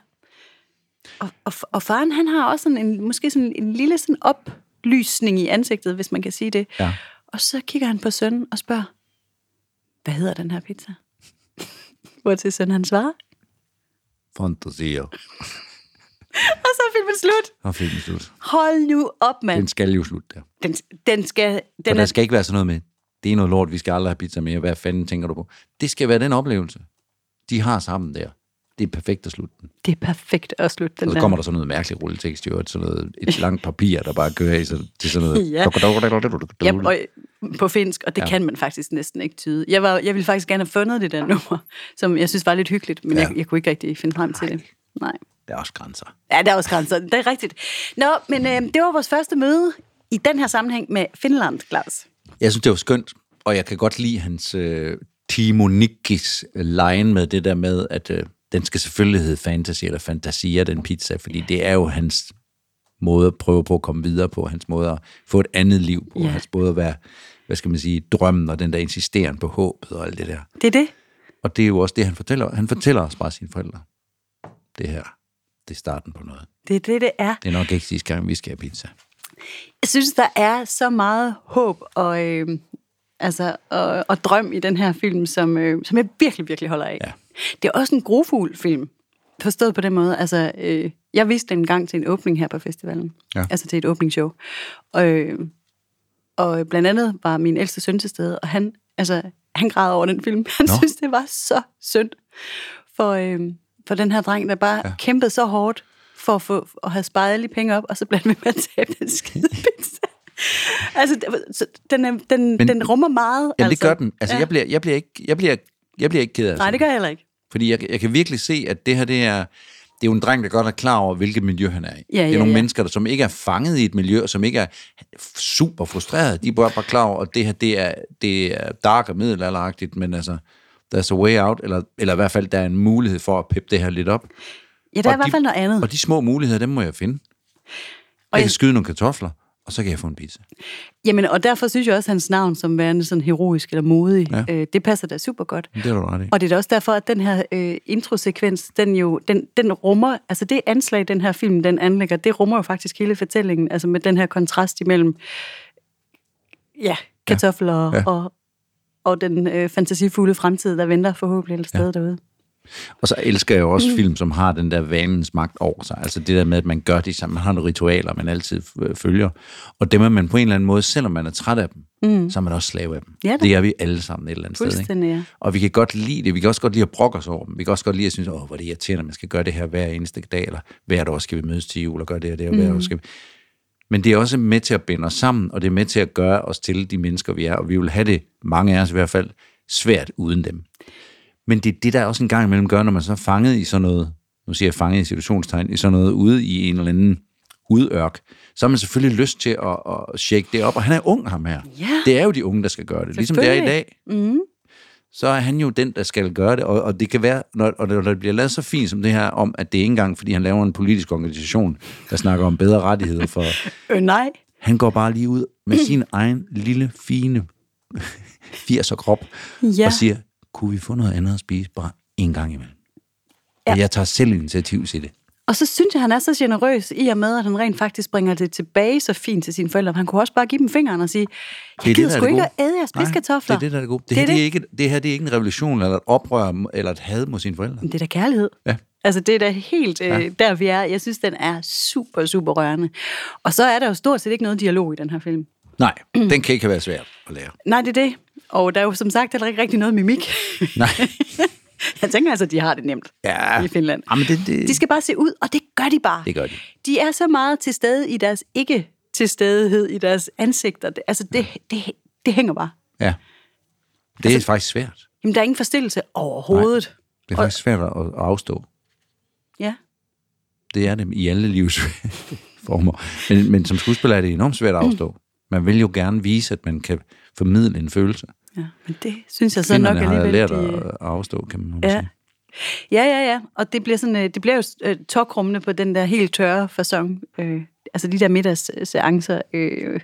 Og, og, og faren, han har også sådan en, måske sådan en lille sådan oplysning i ansigtet, hvis man kan sige det. Ja. Og så kigger han på sønnen og spørger, hvad hedder den her pizza? Hvor til sønnen han svarer. Fantasier. Og så er filmen slut. Og filmen slut. Hold nu op, Den mand. skal jo slutte der. Den, den skal... Den Den der er, skal ikke være sådan noget med, det er noget lort, vi skal aldrig have pizza mere. Hvad fanden tænker du på? Det skal være den oplevelse, de har sammen der. Det er perfekt at slutte den. det er perfekt at slutte den Og så kommer der sådan noget mærkeligt rulletekst, i øvrigt, sådan noget, et langt papir, der bare kører i, så til sådan noget. Ja. Ja, og mm, på finsk, og det ja. kan man faktisk næsten ikke tyde. Jeg, var, jeg ville faktisk gerne have fundet det der nummer, som jeg synes var lidt hyggeligt, men ja. Ja. jeg, jeg kunne ikke rigtig finde frem til det. Nej. Der er også grænser. Ja, der er også grænser. Det er rigtigt. Nå, men øh, det var vores første møde i den her sammenhæng med Finland, Klaus. Jeg synes, det var skønt, og jeg kan godt lide hans øh, Timo Nikkis lejen med det der med, at øh, den skal selvfølgelig hedde fantasy eller fantasia, den pizza, fordi det er jo hans måde at prøve på at komme videre på, hans måde at få et andet liv på, Ja. ja. hans måde at være, hvad skal man sige, drømmen og den der insisteren på håbet og alt det der. Det er det. Og det er jo også det, han fortæller. Han fortæller os bare sine forældre. Det her, det er starten på noget. Det er det, det er. Det er nok ikke sidste gang, vi skal have pizza. Jeg synes, der er så meget håb og, øh, altså, og, og drøm i den her film, som, øh, som jeg virkelig, virkelig holder af. Ja. Det er også en grofuld film, forstået på den måde. Altså, øh, jeg viste den en gang til en åbning her på festivalen. Ja. Altså til et åbningsshow. Og, øh, og blandt andet var min ældste søn til stede, og han, altså, han græd over den film. Han Nå. Nå. synes, det var så synd for, øh, for den her dreng, der bare ja. kæmpede så hårdt for at, få, at have sparet alle de penge op, og så bliver han ved med at tabe den skide pizza. altså, det- så den, er, den, Men- Men, den rummer meget. Jamen, altså. det gør den. Altså, ja. jeg, bliver, jeg, bliver ikke, jeg, bliver, jeg bliver ikke ked af Nej, det gør jeg heller ikke. Fordi jeg, jeg kan virkelig se, at det her, det er, det er jo en dreng, der godt er klar over, hvilket miljø han er i. Ja, det er ja, nogle ja. mennesker, der, som ikke er fanget i et miljø, og som ikke er super frustreret. De er bare, bare klar over, at det her, det er, det er dark og middelalderagtigt, men altså, there's a way out, eller, eller i hvert fald, der er en mulighed for at peppe det her lidt op. Ja, der er Og i hvert de- fald noget andet. Og de små muligheder, dem må jeg finde. Og jeg jeg- kan skyde nogle kartofler, og så kan jeg få en pizza. Jamen, og derfor synes jeg også, at hans navn som værende sådan heroisk eller modig, Ja. ja. øh, det passer da super godt. Det er du ret i. Og det er da også derfor, at den her øh, introsekvens, den jo, den, den rummer, altså det anslag, den her film, den anlægger, det rummer jo faktisk hele fortællingen, altså med den her kontrast imellem, ja, kartofler ja. Ja. Ja. og og den øh, fantasifulde fremtid, der venter forhåbentlig et sted ja. derude. Og så elsker jeg jo Mm. også film, som har den der vanens magt over sig. Altså det der med, at man gør det sammen. Man har nogle ritualer, man altid øh, følger. Og dem er man på en eller anden måde, selvom man er træt af dem, mm. så er man også slave af dem. Ja da. det er vi alle sammen et eller andet sted. Ikke? Fuldstændig, ja. Og vi kan godt lide det. Vi kan også godt lide at brokke os over dem. Vi kan også godt lide at synes, åh, hvor er det irriterende, at man skal gøre det her hver eneste dag, eller hvert år skal vi mødes til jul og gøre det her, det her mm. hvert år skal vi. Men det er også med til at binde os sammen, og det er med til at gøre os til de mennesker, vi er. Og vi vil have det, mange af os i hvert fald, svært uden dem. Men det er det, der også en gang imellem gør, når man så er fanget i sådan noget, nu siger jeg fanget i situationstegn, i sådan noget ude i en eller anden udørk, så har man selvfølgelig lyst til at, at shake det op. Og han er ung, ham her. Ja. Det er jo de unge, der skal gøre det. Ligesom det er i Selvfølgelig. Mm-hmm. dag så er han jo den, der skal gøre det. Og, og det kan være, når, og når det bliver lavet så fint som det her, om at det er ikke engang, fordi han laver en politisk organisation, der snakker om bedre rettigheder for... Øh, nej. Han går bare lige ud med sin egen lille, fine 80'er krop Ja. og siger, kunne vi få noget andet at spise bare en gang imellem? Ja. Og jeg tager selv initiativ til det. Og så synes jeg, han er så generøs i og med, at han rent faktisk bringer det tilbage så fint til sine forældre. Han kunne også bare give dem fingeren og sige, Det jeg er det, gider der er sgu det ikke gode. at æde jeres Nej, piskatofler. Det er det, der er det gode. Det, Det her, er det. Det, er det. ikke, det her det er ikke en revolution, eller et oprør, eller et had mod sine forældre. Men det er da kærlighed. Ja. Altså, det er da helt øh, Ja. der, vi er. Jeg synes, den er super, super rørende. Og så er der jo stort set ikke noget dialog i den her film. Nej, den kan ikke være svært at lære. Nej, det er det. Og der er jo som sagt heller ikke rigtig noget mimik. Nej. Jeg tænker altså, at de har det nemt Ja. i Finland. Jamen, det, det, De skal bare se ud, og det gør de bare. Det gør de. De er så meget til stede i deres ikke tilstedighed i deres ansigter. Det- Altså, det, det, det hænger bare. Ja. Det Altså- er faktisk svært. Jamen, der er ingen forstillelse overhovedet. Det er faktisk svært at at afstå. Ja. Det er det i alle livs former. Men, men som skuespiller er det enormt svært at afstå. Man vil jo gerne vise, at man kan formidle en følelse. ja. Men det synes jeg så nok Kvinderne har alligevel... lært de, at at afstå, kan man måske Ja. sige. Ja, ja, ja. Og det bliver, sådan, øh, det bliver jo øh, tokrummende på den der helt tørre façon. Øh, altså de der middagsseancer, øh,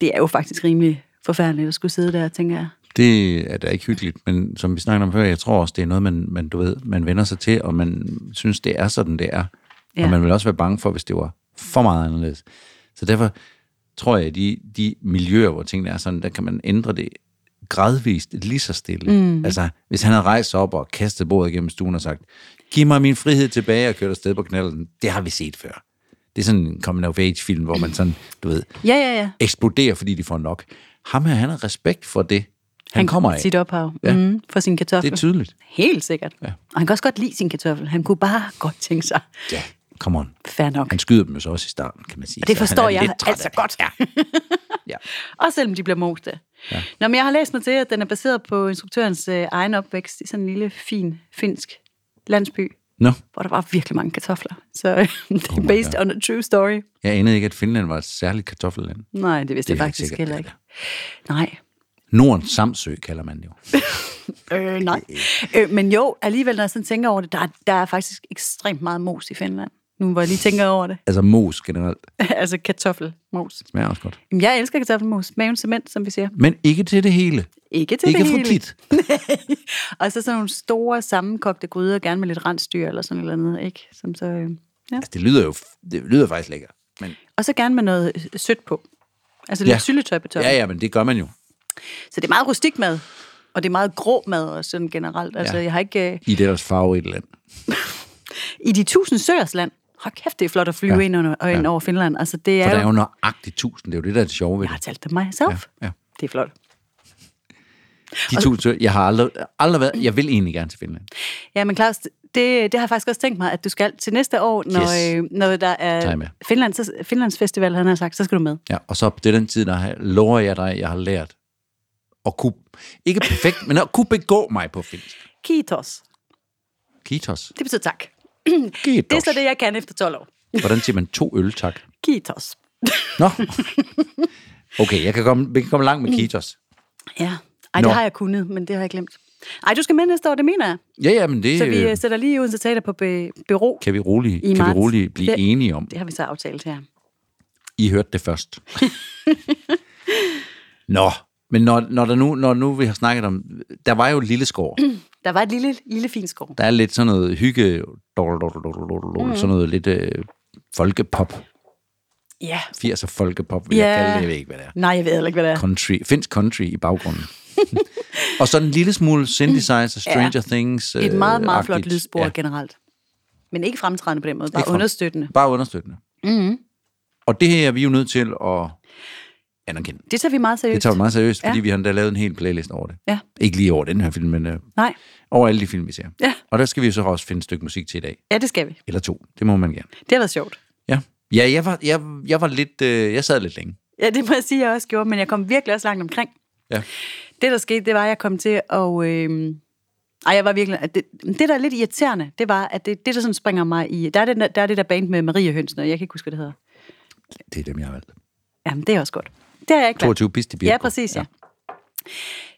det er jo faktisk rimelig forfærdeligt at skulle sidde der, tænker jeg. Det er da ikke hyggeligt, men som vi snakkede om før, jeg tror også, det er noget, man, man, du ved, man vender sig til, og man synes, det er sådan, det er. Ja. Ja. Og man vil også være bange for, hvis det var for meget anderledes. Så derfor tror jeg, at de, de miljøer, hvor tingene er sådan, der kan man ændre det gradvist, lige så stille. Mm. Altså, hvis han havde rejst sig op og kastet bordet gennem stuen og sagt, giv mig min frihed tilbage og kørt afsted på knallen, det har vi set før. Det er sådan en coming of age film, hvor man sådan, du ved, Ja, ja, ja. eksploderer, fordi de får nok. Ham her, han har respekt for det. Han, han kommer af. Sit ophav Ja. ja. mm, for sin kartoffel. Det er tydeligt. Helt sikkert. Ja. Og han kan også godt lide sin kartoffel. Han kunne bare godt tænke sig, Ja, come on. fair nok. Han skyder dem jo så også i starten, kan man sige. Og det Så han forstår er jeg lidt træt altså af det. godt. Ja. ja. Også selvom de bliver moste. Ja. Nå, men jeg har læst mig til, at den er baseret på instruktørens øh, egen opvækst i sådan en lille, fin, finsk landsby. Nå, hvor der var virkelig mange kartofler. Så Oh det er based on a true story. jeg anede ikke, at Finland var et særligt kartoffelland. Nej, det vidste Det det er jeg faktisk sikkert, heller det ikke. er Nej. Nordens Samsø kalder man det jo. Øh, nej. Øh, men jo, alligevel, når jeg sådan tænker over det, der, er- der er faktisk ekstremt meget mos i Finland. Nu hvor jeg lige tænker over det. Altså mos generelt. altså kartoffelmos. Det smager også godt. Jamen, jeg elsker kartoffelmos. Maven cement, som vi siger. Men ikke til det hele. Ikke til ikke det for hele. tit. Og så sådan nogle store sammenkogte gryder, gerne med lidt rensdyr eller sådan noget andet, ikke? Som så, øh, ja. Altså, det lyder jo det lyder faktisk lækkert. Men, Og så gerne med noget øh, sødt på. Altså lidt Ja. ja. syltetøj på toppen. ja, ja, men det gør man jo. Så det er meget rustik mad, og det er meget grå mad også sådan generelt. Altså, Ja. ja. jeg har ikke... Øh, I det deres farve i et land. I de tusind søers land, hold kæft, det er flot at flyve Ja. ja. ind, under, og ind Ja. over Finland. Altså, det er, For der er jo... jo nøjagtigt tusind. Det er jo det, der er det sjove ved Jeg har det. talt det mig selv. Ja, ja. Det er flot. De to sø- jeg har aldrig, aldrig været, jeg vil egentlig gerne til Finland. Ja, men Claus, det, det har jeg faktisk også tænkt mig, at du skal til næste år, når, yes. øh, når der Tager er jeg med. Finland, så, Finlands Festival, han har sagt, så skal du med. Ja, og så det er den tid, der har, lover jeg dig, jeg har lært at kunne, ikke perfekt, men at kunne begå mig på finsk. Kitos. Kitos. Det betyder tak. Kitos. Det er så det, jeg kan efter 12 år. Hvordan siger man to øl, tak? Kitos. Nå. Okay, jeg kan komme, vi kan komme langt med kitos. Ja. Ej, Nå. det har jeg kunnet, men det har jeg glemt. Ej, du skal med næste år, det mener jeg. Ja, ja, men det Så vi øh, øh, sætter lige Odense Teater på be, bero. kan vi roligt, I kan vi marts. roligt blive Det- enige om. Det har vi så aftalt her. I hørte det først. Nå, men når, når, der nu, når nu vi har snakket om... Der var jo Lilleskov. Der var et lille, lille fint skov. Der er lidt sådan noget hygge... dol, dol, dol, dol, dol, Mm. dol, Sådan noget lidt øh, folkepop. Ja. 80'er folkepop, vil yeah. Ja. jeg kalde det. Jeg ved ikke, hvad det er. Nej, jeg ved heller ikke, hvad det er. Country. Finsk country i baggrunden. og så en lille smule synthesizer, Stranger yeah. Things. Et meget, meget øh, flot agtigt. lydspor ja. Ja, generelt. Men ikke fremtrædende på den måde, bare Ikke frem- understøttende. bare understøttende. Mm-hmm. Og det her er vi jo nødt til at anerkende. Det tager vi meget seriøst. Det tager vi meget seriøst, fordi Ja. vi har endda lavet en hel playlist over det. Ja. Ikke lige over den her film, men øh, Nej. over alle de film, vi ser. Ja. Og der skal vi jo så også finde et stykke musik til i dag. ja, det skal vi. Eller to. Det må man gerne. Det har været sjovt. Ja, ja jeg, var, jeg, jeg var lidt... Øh, jeg sad lidt længe. Ja, det må jeg sige, jeg også gjorde, men jeg kom virkelig også langt omkring. Ja. Det, der skete, det var, at jeg kom til at... Øh... Ej, jeg var virkelig... at Det, det, der er lidt irriterende, det var, at det, det der sådan springer mig i... Der er, den, der, der er det der band med Marie Hønsner, jeg kan ikke huske, hvad det hedder. Det er dem, jeg har valgt. Jamen, det er også godt. Det har jeg ikke valgt. 22 Piste Ja, præcis, ja.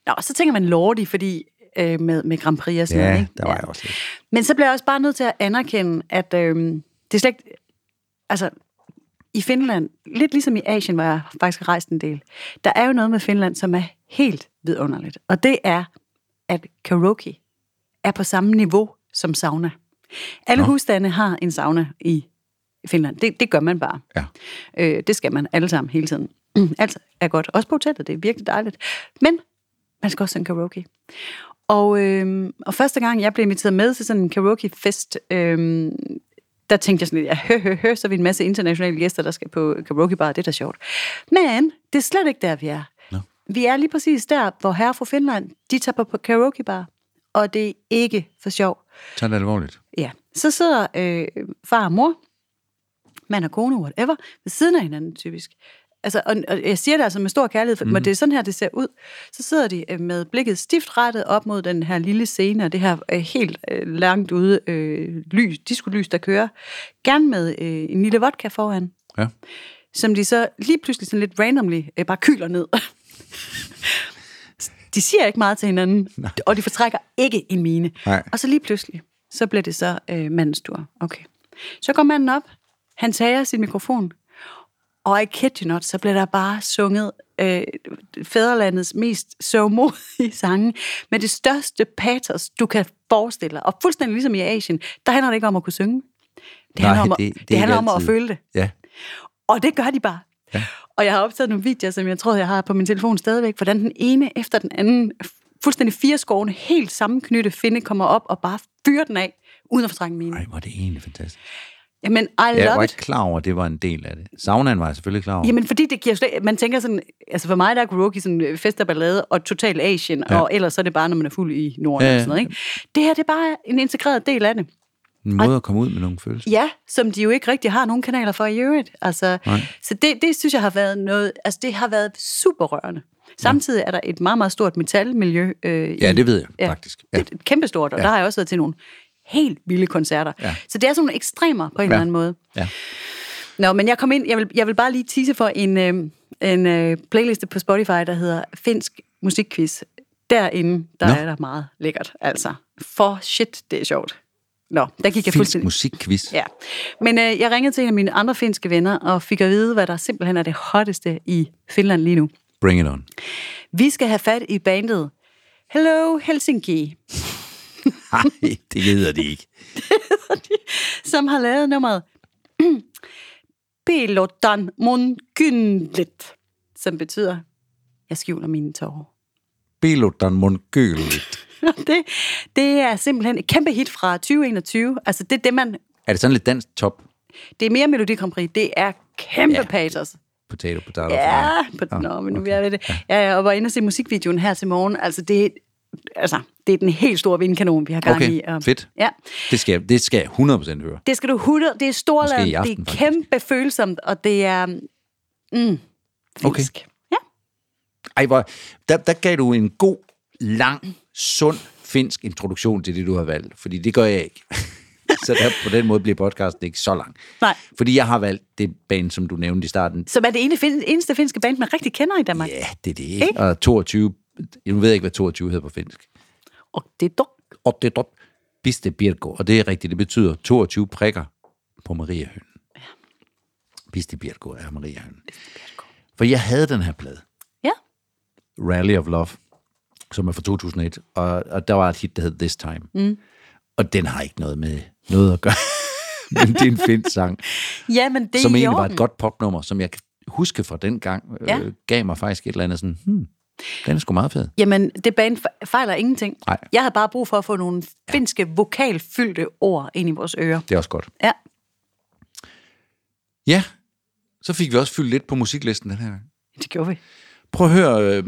ja. Nå, så tænker man Lordi, fordi øh, med, med Grand Prix og sådan noget, Ja, ikke? der var jeg også lidt. Men så bliver jeg også bare nødt til at anerkende, at øh, det er slet ikke... Altså, i Finland, lidt ligesom i Asien, hvor jeg faktisk har rejst en del, der er jo noget med Finland, som er helt vidunderligt. Og det er, at karaoke er på samme niveau som sauna. Alle Nå. husstande har en sauna i Finland. Det, det gør man bare. Ja. Øh, det skal man alle sammen hele tiden. Alt er godt. Også på hotellet, det er virkelig dejligt. Men man skal også synge karaoke. Og, øh, og første gang, jeg blev inviteret med til sådan en karaoke-fest, øh, der tænkte jeg sådan lidt, ja, hø, hø, hø, så er vi en masse internationale gæster, der skal på karaoke-bar, det er da sjovt. Men det er slet ikke der, vi er. Nå. Vi er lige præcis der, hvor herre fra Finland, de tager på, på karaoke-bar, og det er ikke for sjov. Tag det alvorligt. Ja, så sidder øh, far og mor, mand og kone, whatever, ved siden af hinanden typisk. Altså, og, og jeg siger det altså med stor kærlighed, for mm. det er sådan her, det ser ud. Så sidder de øh, med blikket stift rettet op mod den her lille scene, og det her øh, helt øh, langt ude øh, lys, diskolys, der kører. Gerne med øh, en lille vodka foran, Ja. som de så lige pludselig sådan lidt randomly øh, bare kyler ned. de siger ikke meget til hinanden, Nej. og de fortrækker ikke en mine. Nej. Og så lige pludselig, så bliver det så øh, mandens tur. Okay. Så går manden op, han tager sin mikrofon, og I kid you not, så bliver der bare sunget øh, fædrelandets mest sørgmodige sange med det største patos, du kan forestille dig. Og fuldstændig ligesom i Asien, der handler det ikke om at kunne synge. Det handler om, at, det, det er handler ikke om at altid. føle det. Ja. Og det gør de bare. Ja. Og jeg har optaget nogle videoer, som jeg tror, jeg har på min telefon stadigvæk, hvordan den ene efter den anden, fuldstændig fire skovene, helt sammenknytte finde, kommer op og bare fyrer den af, uden at fortrænge mine. Ej, hvor er det egentlig fantastisk. Jamen, I Jeg love var it. ikke klar over, at det var en del af det. Saunaen var jeg selvfølgelig klar over. Jamen, fordi det giver slet... Man tænker sådan... Altså, for mig der er karaoke sådan øh, fest og ballade og total Asien, ja. og ellers så er det bare, når man er fuld i Ja, Norden ja, ja. og sådan noget, ikke? Det her, det er bare en integreret del af det. En måde at komme ud med nogle følelser. Ja, som de jo ikke rigtig har nogen kanaler for i øvrigt. Altså, Nej. så det, det synes jeg har været noget... Altså, det har været super rørende. Samtidig er der et meget, meget stort metalmiljø. Øh, i- Ja, det ved jeg faktisk. Ja. Det er kæmpestort, og ja. der har jeg også været til nogle helt vilde koncerter. Ja. Så det er sådan nogle ekstremer på en ja. eller anden måde. Ja. Nå, men jeg kom ind, jeg vil, jeg vil bare lige tease for en, øh, en øh, playliste på Spotify, der hedder Finsk Musikquiz. Derinde, der Nå. Nå. er der meget lækkert, altså. For shit, det er sjovt. Nå, der gik jeg Finsk fuldstændig... musikquiz. Ja. Men øh, jeg ringede til en af mine andre finske venner og fik at vide, hvad der simpelthen er det hotteste i Finland lige nu. Bring it on. Vi skal have fat i bandet Hello Helsinki, Nej, det hedder det ikke. som har lavet nummeret Pelotan mun kyndet, som betyder, jeg skjuler mine tårer. Pilotan mon køligt. det, det er simpelthen et kæmpe hit fra 2021. Altså, det er det, man... Er det sådan lidt dansk top? Det er mere Melodi Grand Prix. Det er kæmpe Ja. ja. patos. potato, potato. Ja, på, ja. Nå, men nu okay. er jeg ved det. Ja, ja, og var inde og se musikvideoen her til morgen. Altså, det, altså, det er den helt store vindkanon, vi har gang Okay, i. Og, fedt. Ja. Det skal, jeg- det skal jeg 100% høre. Det skal du 100, det er Måske storladet, i det aften, er faktisk. kæmpe følsomt, og det er mm, Okay. finsk. Okay. Ja. Ej, hvor, der, der gav du en god, lang, sund finsk introduktion til det, du har valgt. Fordi det gør jeg ikke. så der, på den måde bliver podcasten ikke så lang. Nej. Fordi jeg har valgt det band, som du nævnte i starten. Som er det ene, fin- eneste finske band, man rigtig kender i Danmark. Yeah. Ja, det er det. Ikke? Og 22... Nu ved jeg ikke, hvad 22 hedder på finsk. Og det er dog. Op det drop. Biste Birko. Og det er rigtigt. Det betyder 22 prikker på Mariahønen. Ja. Biste Birko er Mariahønen. For jeg havde den her plade. Ja. Rally of Love, som er fra 2001, og, og der var et hit, der hed This Time. Mm. Og den har ikke noget med noget at gøre. Men det er en fin sang, Ja, men det som er i egentlig var et orden. godt popnummer, som jeg kan huske fra den gang, øh, Ja. gav mig faktisk et eller andet sådan, hmm, den er sgu meget fed. Jamen, det band fe- fejler ingenting. Nej. Jeg havde bare brug for at få nogle finske vokalfyldte ord ind i vores ører. Det er også godt. Ja. Ja, så fik vi også fyldt lidt på musiklisten den her gang. Det gjorde vi. Prøv at høre, øh,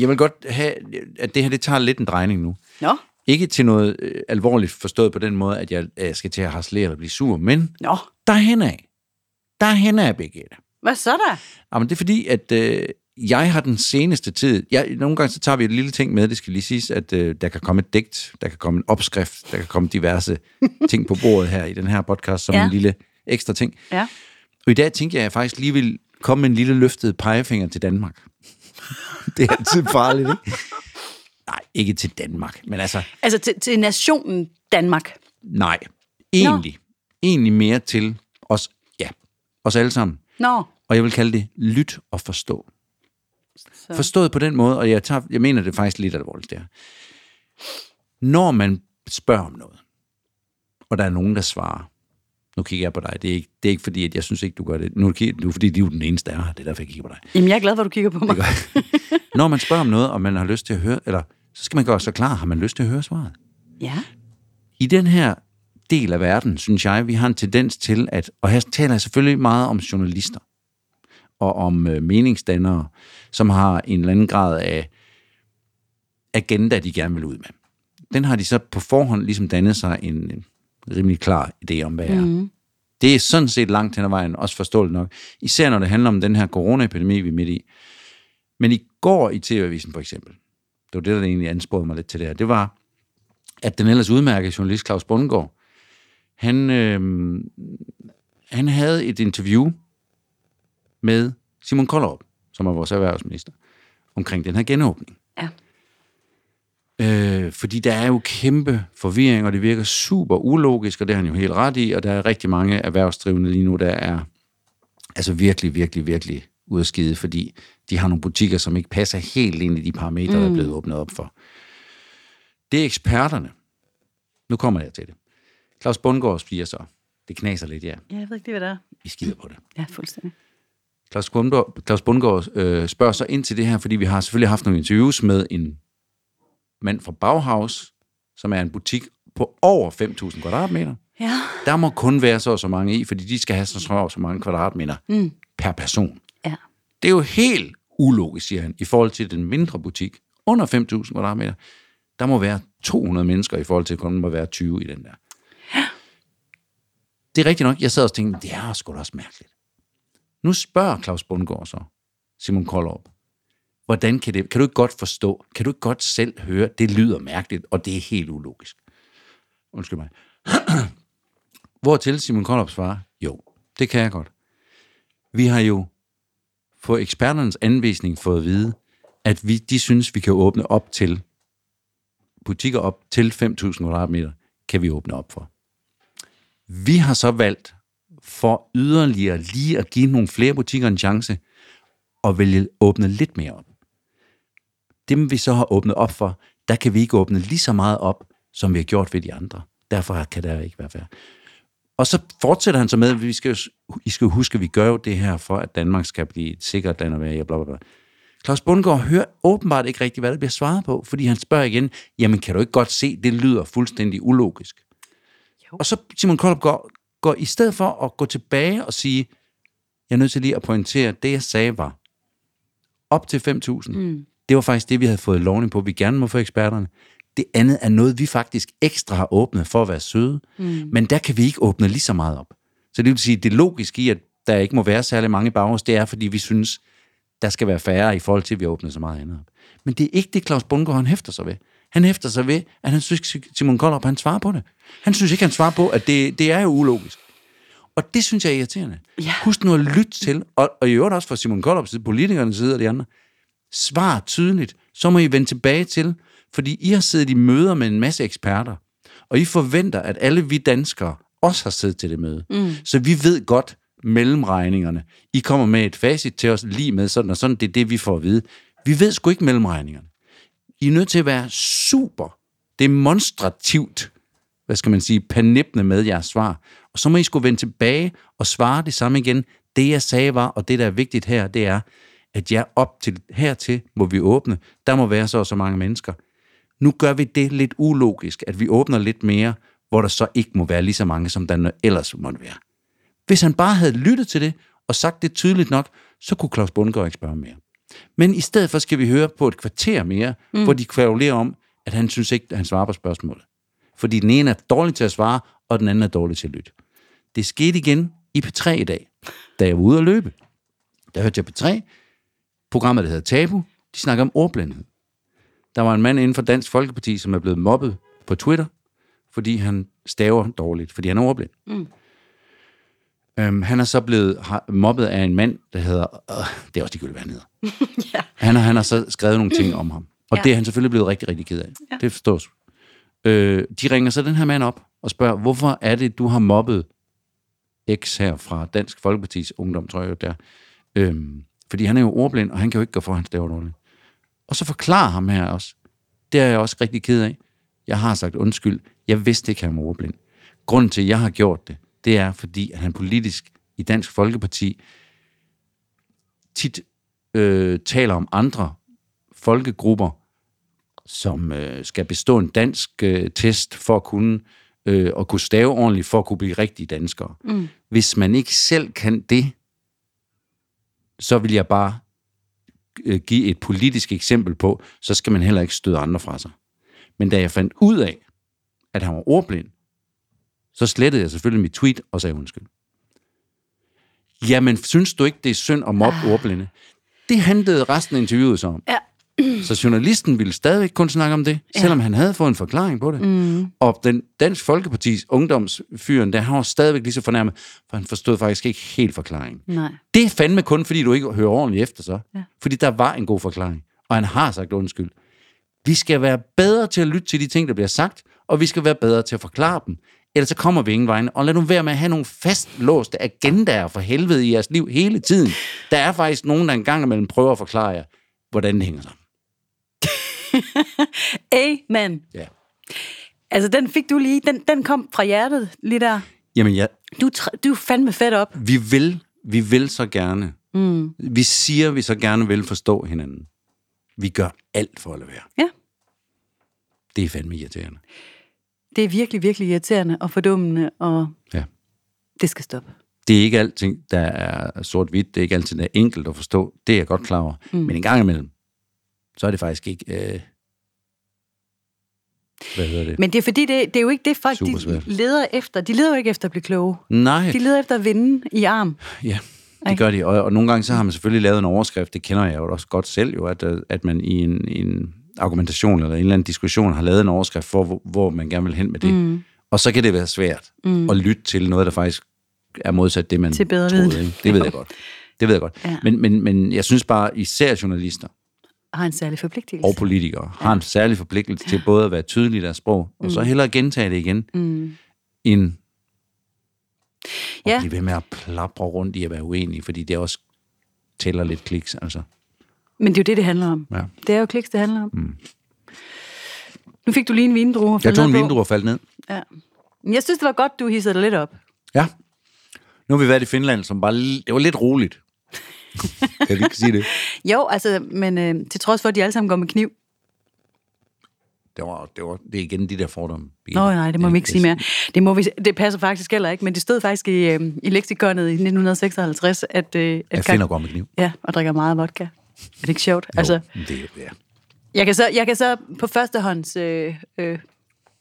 jeg vil godt have, at det her det tager lidt en drejning nu. Nå, Ikke til noget øh, alvorligt forstået på den måde, at jeg, at jeg skal til at harcelere eller blive sur, men nå. derhen af. Derhen af, Birgitte. Hvad så der? Jamen, det er fordi, at øh, jeg har den seneste tid... Jeg, nogle gange så tager vi et lille ting med, det skal lige siges, at øh, der kan komme et digt, der kan komme en opskrift, der kan komme diverse ting på bordet her i den her podcast, som ja. Ja. en lille ekstra ting. Ja. Og i dag tænkte jeg, at jeg faktisk lige vil komme med en lille løftet pegefinger til Danmark. det er altid farligt, ikke? Nej, ikke til Danmark, men altså... Altså til, til nationen Danmark. Nej. Egentlig. Nå. Egentlig mere til os, ja, os alle sammen. Nå. Og jeg vil kalde det lyt og forstå. Så. Forstået på den måde, og jeg, tager, jeg mener det faktisk lidt alvorligt der. Når man spørger om noget, og der er nogen, der svarer, nu kigger jeg på dig, det er ikke, det er ikke fordi, at jeg synes ikke, du gør det. Nu kigger du, fordi du er den eneste, der er her. det er derfor, jeg kigger på dig. Jamen, jeg er glad for, at du kigger på mig. Når man spørger om noget, og man har lyst til at høre, eller så skal man gøre sig klar, har man lyst til at høre svaret. Ja. i den her del af verden, synes jeg, vi har en tendens til at, og her taler jeg selvfølgelig meget om journalister, og om øh, meningsdannere, som har en eller anden grad af agenda, de gerne vil ud med. Den har de så på forhånd ligesom dannet sig en, en rimelig klar idé om, hvad er. Mm. Det er sådan set langt hen ad vejen, også forståeligt nok. Især når det handler om den her coronaepidemi, vi er midt i. Men i går i TV-avisen for eksempel, det var det, der egentlig ansporede mig lidt til det her, det var, at den ellers udmærkede journalist Claus Bundgaard, han, øh, han havde et interview med Simon Koldrup, som er vores erhvervsminister, omkring den her genåbning. Ja. Øh, fordi der er jo kæmpe forvirring, og det virker super ulogisk, og det har han jo helt ret i, og der er rigtig mange erhvervsdrivende lige nu, der er altså virkelig, virkelig, virkelig ud af skide, fordi de har nogle butikker, som ikke passer helt ind i de parametre, mm. der er blevet åbnet op for. Det er eksperterne. Nu kommer jeg til det. Claus Bundgaard bliver så. Det knaser lidt, ja. Ja, jeg ved ikke lige, hvad der er. I skider på det. Ja, fuldstændig. Claus, Bundgaard, Claus Bundgaard øh, spørger så ind til det her, fordi vi har selvfølgelig haft nogle interviews med en mand fra Bauhaus, som er en butik på over 5.000 kvadratmeter. Ja. Der må kun være så og så mange i, fordi de skal have så så og så mange kvadratmeter mm. per person. Ja. Det er jo helt ulogisk, siger han, i forhold til den mindre butik under 5.000 kvadratmeter. Der må være 200 mennesker i forhold til, at kun må være 20 i den der. Det er rigtigt nok. Jeg sad og tænkte, det er sgu da også mærkeligt. Nu spørger Claus Bundgaard så, Simon Koldrup, hvordan kan det, kan du ikke godt forstå, kan du ikke godt selv høre, det lyder mærkeligt, og det er helt ulogisk. Undskyld mig. Hvortil Simon Koldrup svarer, jo, det kan jeg godt. Vi har jo på eksperternes anvisning fået at vide, at vi, de synes, vi kan åbne op til butikker op til 5.000 kvadratmeter, kan vi åbne op for. Vi har så valgt for yderligere lige at give nogle flere butikker en chance og vælge åbne lidt mere op. Dem vi så har åbnet op for, der kan vi ikke åbne lige så meget op, som vi har gjort ved de andre. Derfor kan der ikke være færre. Og så fortsætter han så med, at vi skal, jo- I skal jo huske, at vi gør jo det her for, at Danmark skal blive et sikkert land at være i, og bla, bla, bla. Claus Bundgaard hører åbenbart ikke rigtigt, hvad der bliver svaret på, fordi han spørger igen, jamen kan du ikke godt se, det lyder fuldstændig ulogisk. Jo. Og så Simon Koldrup går, går i stedet for at gå tilbage og sige, Jeg er nødt til lige at pointere, at det jeg sagde var, op til 5.000, mm. det var faktisk det, vi havde fået lovning på, vi gerne må få eksperterne. Det andet er noget, vi faktisk ekstra har åbnet for at være søde, mm. men der kan vi ikke åbne lige så meget op. Så det vil sige, det logiske i, at der ikke må være særlig mange baghus, det er, fordi vi synes, der skal være færre i forhold til, at vi har åbnet så meget andet op. Men det er ikke det, Claus Bundgaard, han hæfter sig ved. Han hæfter sig ved, at han synes, Simon Koldrup, han svarer på det. Han synes ikke, han svarer på, at det, det er jo ulogisk. Og det synes jeg er irriterende. Ja. Husk nu at lytte til, og, og i øvrigt også fra Simon Koldrups side, politikernes side og de andre. Svar tydeligt, så må I vende tilbage til, fordi I har siddet i møder med en masse eksperter, og I forventer, at alle vi danskere også har siddet til det møde. Mm. Så vi ved godt mellemregningerne. I kommer med et facit til os lige med sådan og sådan, det er det, vi får at vide. Vi ved sgu ikke mellemregningerne. I er nødt til at være super demonstrativt, hvad skal man sige, panæbne med jeres svar. Og så må I skulle vende tilbage og svare det samme igen. Det, jeg sagde var, og det, der er vigtigt her, det er, at jeg op til hertil må vi åbne. Der må være så og så mange mennesker. Nu gør vi det lidt ulogisk, at vi åbner lidt mere, hvor der så ikke må være lige så mange, som der ellers måtte være. Hvis han bare havde lyttet til det og sagt det tydeligt nok, så kunne Claus Bundgaard ikke spørge mere. Men i stedet for skal vi høre på et kvarter mere, mm. hvor de kvarulerer om, at han synes ikke, at han svarer på spørgsmålet. Fordi den ene er dårlig til at svare, og den anden er dårlig til at lytte. Det skete igen i P3 i dag, da jeg var ude at løbe. Der hørte jeg P3, programmet, der hedder Tabu, de snakker om ordblindhed. Der var en mand inden for Dansk Folkeparti, som er blevet mobbet på Twitter, fordi han staver dårligt, fordi han er ordblind. Mm. Øhm, han er så blevet har, mobbet af en mand, der hedder... Øh, det er også ligegyldigt, hvad han hedder. ja. han, har, han har så skrevet nogle ting om ham. Og ja. det er han selvfølgelig blevet rigtig, rigtig ked af. Ja. Det forstås. Øh, de ringer så den her mand op og spørger, hvorfor er det, du har mobbet X her fra Dansk Folkepartis Ungdom, tror jeg, der. Øhm, fordi han er jo ordblind, og han kan jo ikke gå for, at han staver dårligt. Og så forklarer ham her også. Det er jeg også rigtig ked af. Jeg har sagt undskyld. Jeg vidste ikke, at han var ordblind. Grunden til, at jeg har gjort det, det er, fordi at han politisk i Dansk Folkeparti tit øh, taler om andre folkegrupper, som øh, skal bestå en dansk øh, test for at kunne øh, og kunne stave ordentligt for at kunne blive rigtige danskere. Mm. Hvis man ikke selv kan det, så vil jeg bare øh, give et politisk eksempel på, så skal man heller ikke støde andre fra sig. Men da jeg fandt ud af, at han var ordblind, så slettede jeg selvfølgelig mit tweet og sagde undskyld. Jamen, synes du ikke, det er synd at mobbe ah. ordblinde? Det handlede resten af interviewet så om. Ja. Så journalisten ville stadigvæk kun snakke om det, ja. selvom han havde fået en forklaring på det. Mm. Og den Dansk Folkepartis ungdomsfyren, der har stadigvæk lige så fornærmet, for han forstod faktisk ikke helt forklaringen. Nej. Det er fandme kun, fordi du ikke hører ordentligt efter så. Ja. Fordi der var en god forklaring, og han har sagt undskyld. Vi skal være bedre til at lytte til de ting, der bliver sagt, og vi skal være bedre til at forklare dem ellers så kommer vi ingen vegne. Og lad nu være med at have nogle fastlåste agendaer for helvede i jeres liv hele tiden. Der er faktisk nogen, der engang imellem prøver at forklare jer, hvordan det hænger sammen. Amen. Ja. Altså, den fik du lige. Den, den kom fra hjertet lige der. Jamen, ja. Du, du er fandme fedt op. vi vil, vi vil så gerne. Mm. Vi siger, vi så gerne vil forstå hinanden. Vi gør alt for at lade være. Ja. Det er fandme irriterende det er virkelig, virkelig irriterende og fordummende, og ja. det skal stoppe. Det er ikke alting, der er sort-hvidt. Det er ikke altid, der er enkelt at forstå. Det er jeg godt klar over. Mm. Men en gang imellem, så er det faktisk ikke... Øh... Hvad hedder det? Men det er fordi, det, det er jo ikke det, folk de leder efter. De leder jo ikke efter at blive kloge. Nej. De leder efter at vinde i arm. Ja, det okay. gør de. Og, og nogle gange så har man selvfølgelig lavet en overskrift. Det kender jeg jo også godt selv, jo, at, øh, at man i en, en argumentation eller en eller anden diskussion har lavet en overskrift for, hvor, hvor man gerne vil hen med det. Mm. Og så kan det være svært mm. at lytte til noget, der faktisk er modsat det, man til bedre troede. Ikke? Det ved jeg godt. Det ved jeg godt. Ja. Men, men, men jeg synes bare, især journalister har en særlig forpligtelse. og politikere ja. har en særlig forpligtelse til både at være tydelig i deres sprog, mm. og så hellere gentage det igen, mm. end ja. at blive ved med at plapre rundt i at være uenige, fordi det også tæller lidt kliks. Altså. Men det er jo det, det handler om. Ja. Det er jo kliks, det handler om. Mm. Nu fik du lige en vindrue. Jeg tog en vindrue og faldt ned. Ja. Men jeg synes, det var godt, du hissede dig lidt op. Ja. Nu har vi været i Finland, som bare... Det var lidt roligt. kan vi ikke sige det? Jo, altså, men øh, til trods for, at de alle sammen går med kniv. Det var, det var det er igen de der fordomme. Nå nej, det må vi ikke sige mere. Det, må vi, det passer faktisk heller ikke, men det stod faktisk i, øh, i leksikonet i 1956, at... Øh, at Jeg finder godt med kniv. Ja, og drikker meget vodka. Er det ikke sjovt? Jo. Altså, Jo, det er jo, ja. jeg, kan så, jeg kan så på førstehånds øh, øh,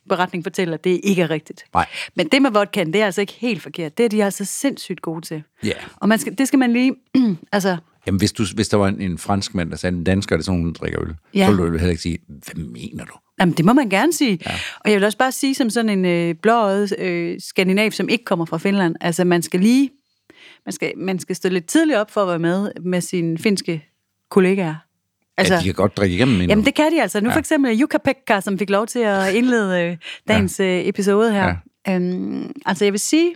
beretning fortælle, at det ikke er rigtigt. Nej. Men det med vodkaen, det er altså ikke helt forkert. Det er de altså sindssygt gode til. Ja. Og man skal, det skal man lige... altså, Jamen, hvis, du, hvis der var en, en fransk mand, der sagde, at dansker er det sådan, nogen, der drikker øl, Ja. så ville du heller ikke sige, hvad mener du? Jamen, det må man gerne sige. Ja. Og jeg vil også bare sige, som sådan en øh, blåøjet øh, skandinav, som ikke kommer fra Finland, altså man skal lige, man skal, man skal stå lidt tidligt op for at være med med sine finske kollegaer. Altså, Altså, ja, de kan godt drikke igennem endnu. jamen det kan de altså. Nu ja. for eksempel Jukka Pekka, som fik lov til at indlede øh, dagens ja. øh, episode her. Ja. Øhm, altså jeg vil sige,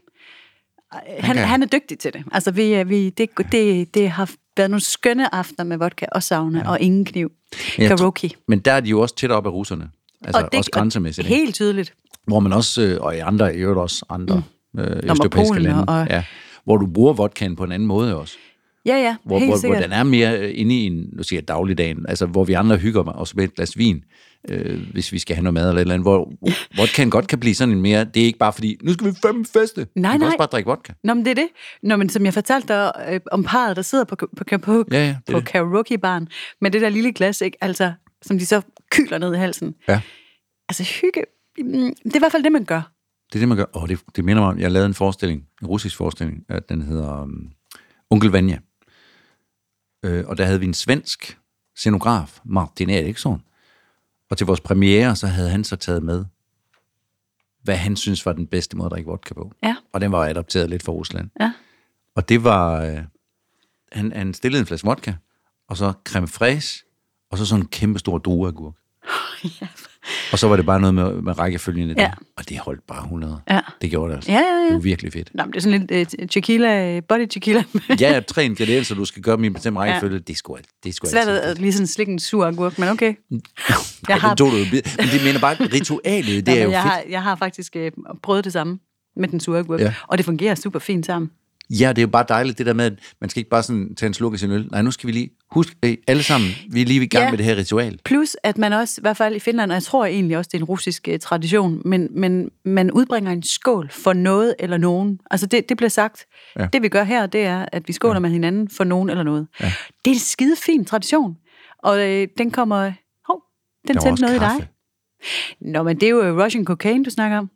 han, han, kan. han er dygtig til det. Altså vi, er- vi, det, det, det har været nogle skønne aftener med vodka og sauna ja. og ingen kniv. Men jeg tror- Karaoke. Men der er de jo også tæt op af russerne. Altså og det, også grænsemæssigt. Helt... Helt tydeligt. Hvor man også, øh, og i andre, i øvrigt også andre mm. øh, med østeuropæiske Polen lande, og- ja, hvor du bruger vodkaen på en anden måde også. Ja, ja, Hvor, helt hvor, hvor sikkert. den er mere øh, inde i en, nu siger jeg dagligdagen, altså hvor vi andre hygger os med et glas vin, øh, hvis vi skal have noget mad eller et eller andet, hvor hvor vodkaen godt kan blive sådan en mere, det er ikke bare fordi, nu skal vi fem feste, Nej, vi kan nej. også bare drikke vodka. Nå, men det er det. Nå, men som jeg fortalte dig øh, om parret, der sidder på, på, på, på, Ja, ja, det er på det. karaokebaren med det der lille glas, ikke? Altså, som de så kyler ned i halsen. Ja. Altså, hygge. mm, Det er i hvert fald det, man gør. Det er det, man gør. Åh, det, det minder mig om, jeg lavede en forestilling, en russisk forestilling, at den hedder um, Onkel Vanja. Øh, og der havde vi en svensk scenograf, Martin Eriksson. Og til vores premiere, så havde han så taget med, hvad han synes var den bedste måde at drikke vodka på. Ja. Og den var adopteret lidt fra Rusland. Ja. Og det var, øh, han, han stillede en flaske vodka, og så creme fraise, og så sådan en kæmpe stor drueagurk. Og så var det bare noget med, med rækkefølgen i det. Ja. Og det holdt bare 100. Ja. Det gjorde det altså. Ja, ja, ja. Det var virkelig fedt. Nå, men det er sådan lidt øh, tequila, øh, body tequila. Ja, tre ingredienser, du skal gøre min bestemt rækkefølge. Ja. Det er sgu, al- det er sgu Svært altid. at, at lige sådan slikke en sur agurk, men okay. Ej, Jeg det har, tog du jo bid- Men det mener bare, ritualet, det Nå, er men jo jeg, har, fedt. jeg har faktisk øh, prøvet det samme med den sure agurk, Ja. og det fungerer super fint sammen. Ja, det er jo bare dejligt, det der med, at man skal ikke bare sådan tage en sluk af sin øl. Nej, nu skal vi lige huske, hey, alle sammen, vi er lige i gang Ja. med det her ritual. Plus, at man også, i hvert fald i Finland, og jeg tror egentlig også, det er en russisk eh, tradition, men, men man udbringer en skål for noget eller nogen. Altså, det, det bliver sagt. Ja. Ja. Det vi gør her, det er, at vi skåler ja. med hinanden for nogen eller noget. Ja. Det er en skide fin tradition. Og øh, den kommer... Hov, den Der var tændte også noget i kaffe. dig. Nå, men det er jo øh, Russian cocaine, du snakker om.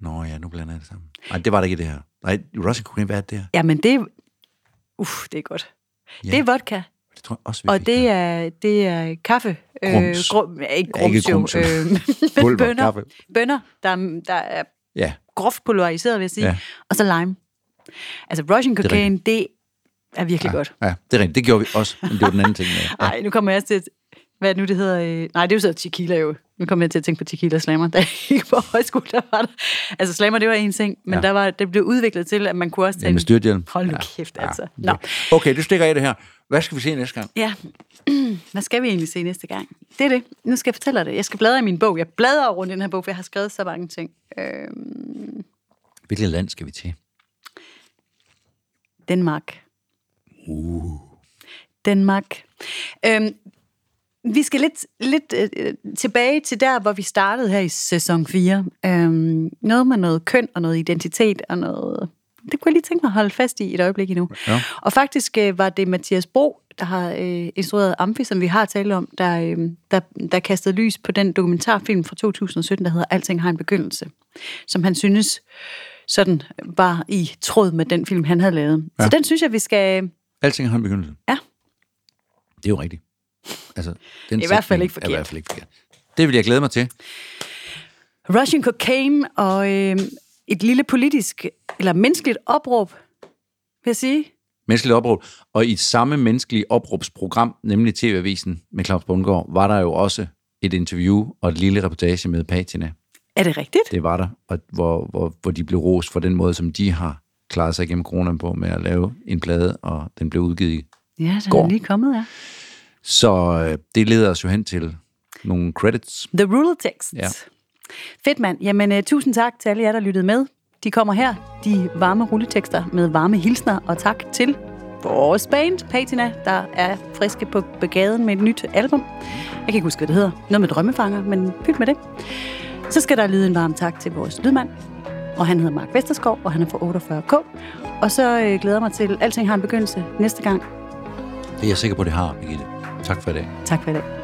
Nå ja, nu blander jeg det sammen. Nej, det var der ikke i det her. Nej, Russian Queen, hvad er det her? Jamen, det er... Uff, det er godt. Ja. Det er vodka, Det tror jeg også, vi og fik det her. er, det er kaffe. Grums. grum, ja, ikke Ja, ikke grums, jo. grums, Øh, men Pulver, bønner, kaffe. bønner der, der er Ja, groft polariseret, vil jeg sige. Ja. Ja. Og så lime. Altså Russian er cocaine, det, det er virkelig ja. godt. ja, det er rigtigt. Det gjorde vi også, men det var den anden ting. Med. Nej, nu kommer jeg også til at... Hvad er det nu, det hedder? øh, Nej, det er jo så tequila jo. Nu kommer jeg til at tænke på tequila og slammer. Da jeg gik på højskole, der var der... Altså slammer, det var en ting, men ja. Ja. der var, det blev udviklet til, at man kunne også Ja, med tænke... styrthjelm. Hold nu kæft, altså. Nå. Okay, det stikker af det her. Hvad skal vi se næste gang? Ja. Hvad skal vi egentlig se næste gang? Det er det. Nu skal jeg fortælle dig det. Jeg skal bladre i min bog. Jeg bladrer rundt i den her bog, for jeg har skrevet så mange ting. Øhm, Hvilket land skal vi til? Danmark. Uh. Danmark. Øhm, vi skal lidt, lidt øh, øh, tilbage til der, hvor vi startede her i sæson 4. Øhm, noget med noget køn og noget identitet og noget... Det kunne jeg lige tænke mig at holde fast i et øjeblik endnu. Ja. Og faktisk øh, var det Mathias Bro, der har øh, instrueret Amfi, som vi har talt om, der, øh, der, der kastede lys på den dokumentarfilm fra 2017, der hedder Alting har en begyndelse, som han synes sådan var i tråd med den film, han havde lavet. Ja. Så den synes jeg, vi skal... Alting har en begyndelse. Ja, Det er jo rigtigt. Altså, den I hvert fald sætning ikke forkert. Er i hvert fald ikke forkert. Det vil jeg glæde mig til. Russian cocaine og øh, et lille politisk eller menneskeligt opråb, vil jeg sige. Menneskeligt opråb. Og i samme menneskelige opråbsprogram, nemlig TV-avisen med Claus Bundgaard, var der jo også et interview og et lille reportage med Patina. Er det rigtigt? Det var der, og hvor, hvor, hvor de blev rost for den måde, som de har klaret sig igennem coronaen på med at lave en plade, og den blev udgivet i Ja, den er Går. lige kommet, ja. Så øh, det leder os jo hen til nogle credits. The Rural Text. Ja. Fedt mand. Jamen, uh, tusind tak til alle jer, der lyttede med. De kommer her, de varme rulletekster med varme hilsner, og tak til vores band, Patina, der er friske på begaden med et nyt album. Jeg kan ikke huske, hvad det hedder. Noget med drømmefanger, men pyt med det. Så skal der lyde en varm tak til vores lydmand, og han hedder Mark Vesterskov, og han er fra 48K. Og så øh, glæder jeg mig til, at alting har en begyndelse næste gang. Det er jeg sikker på, det har, Birgitte. Tak for i dag. Tak for i dag.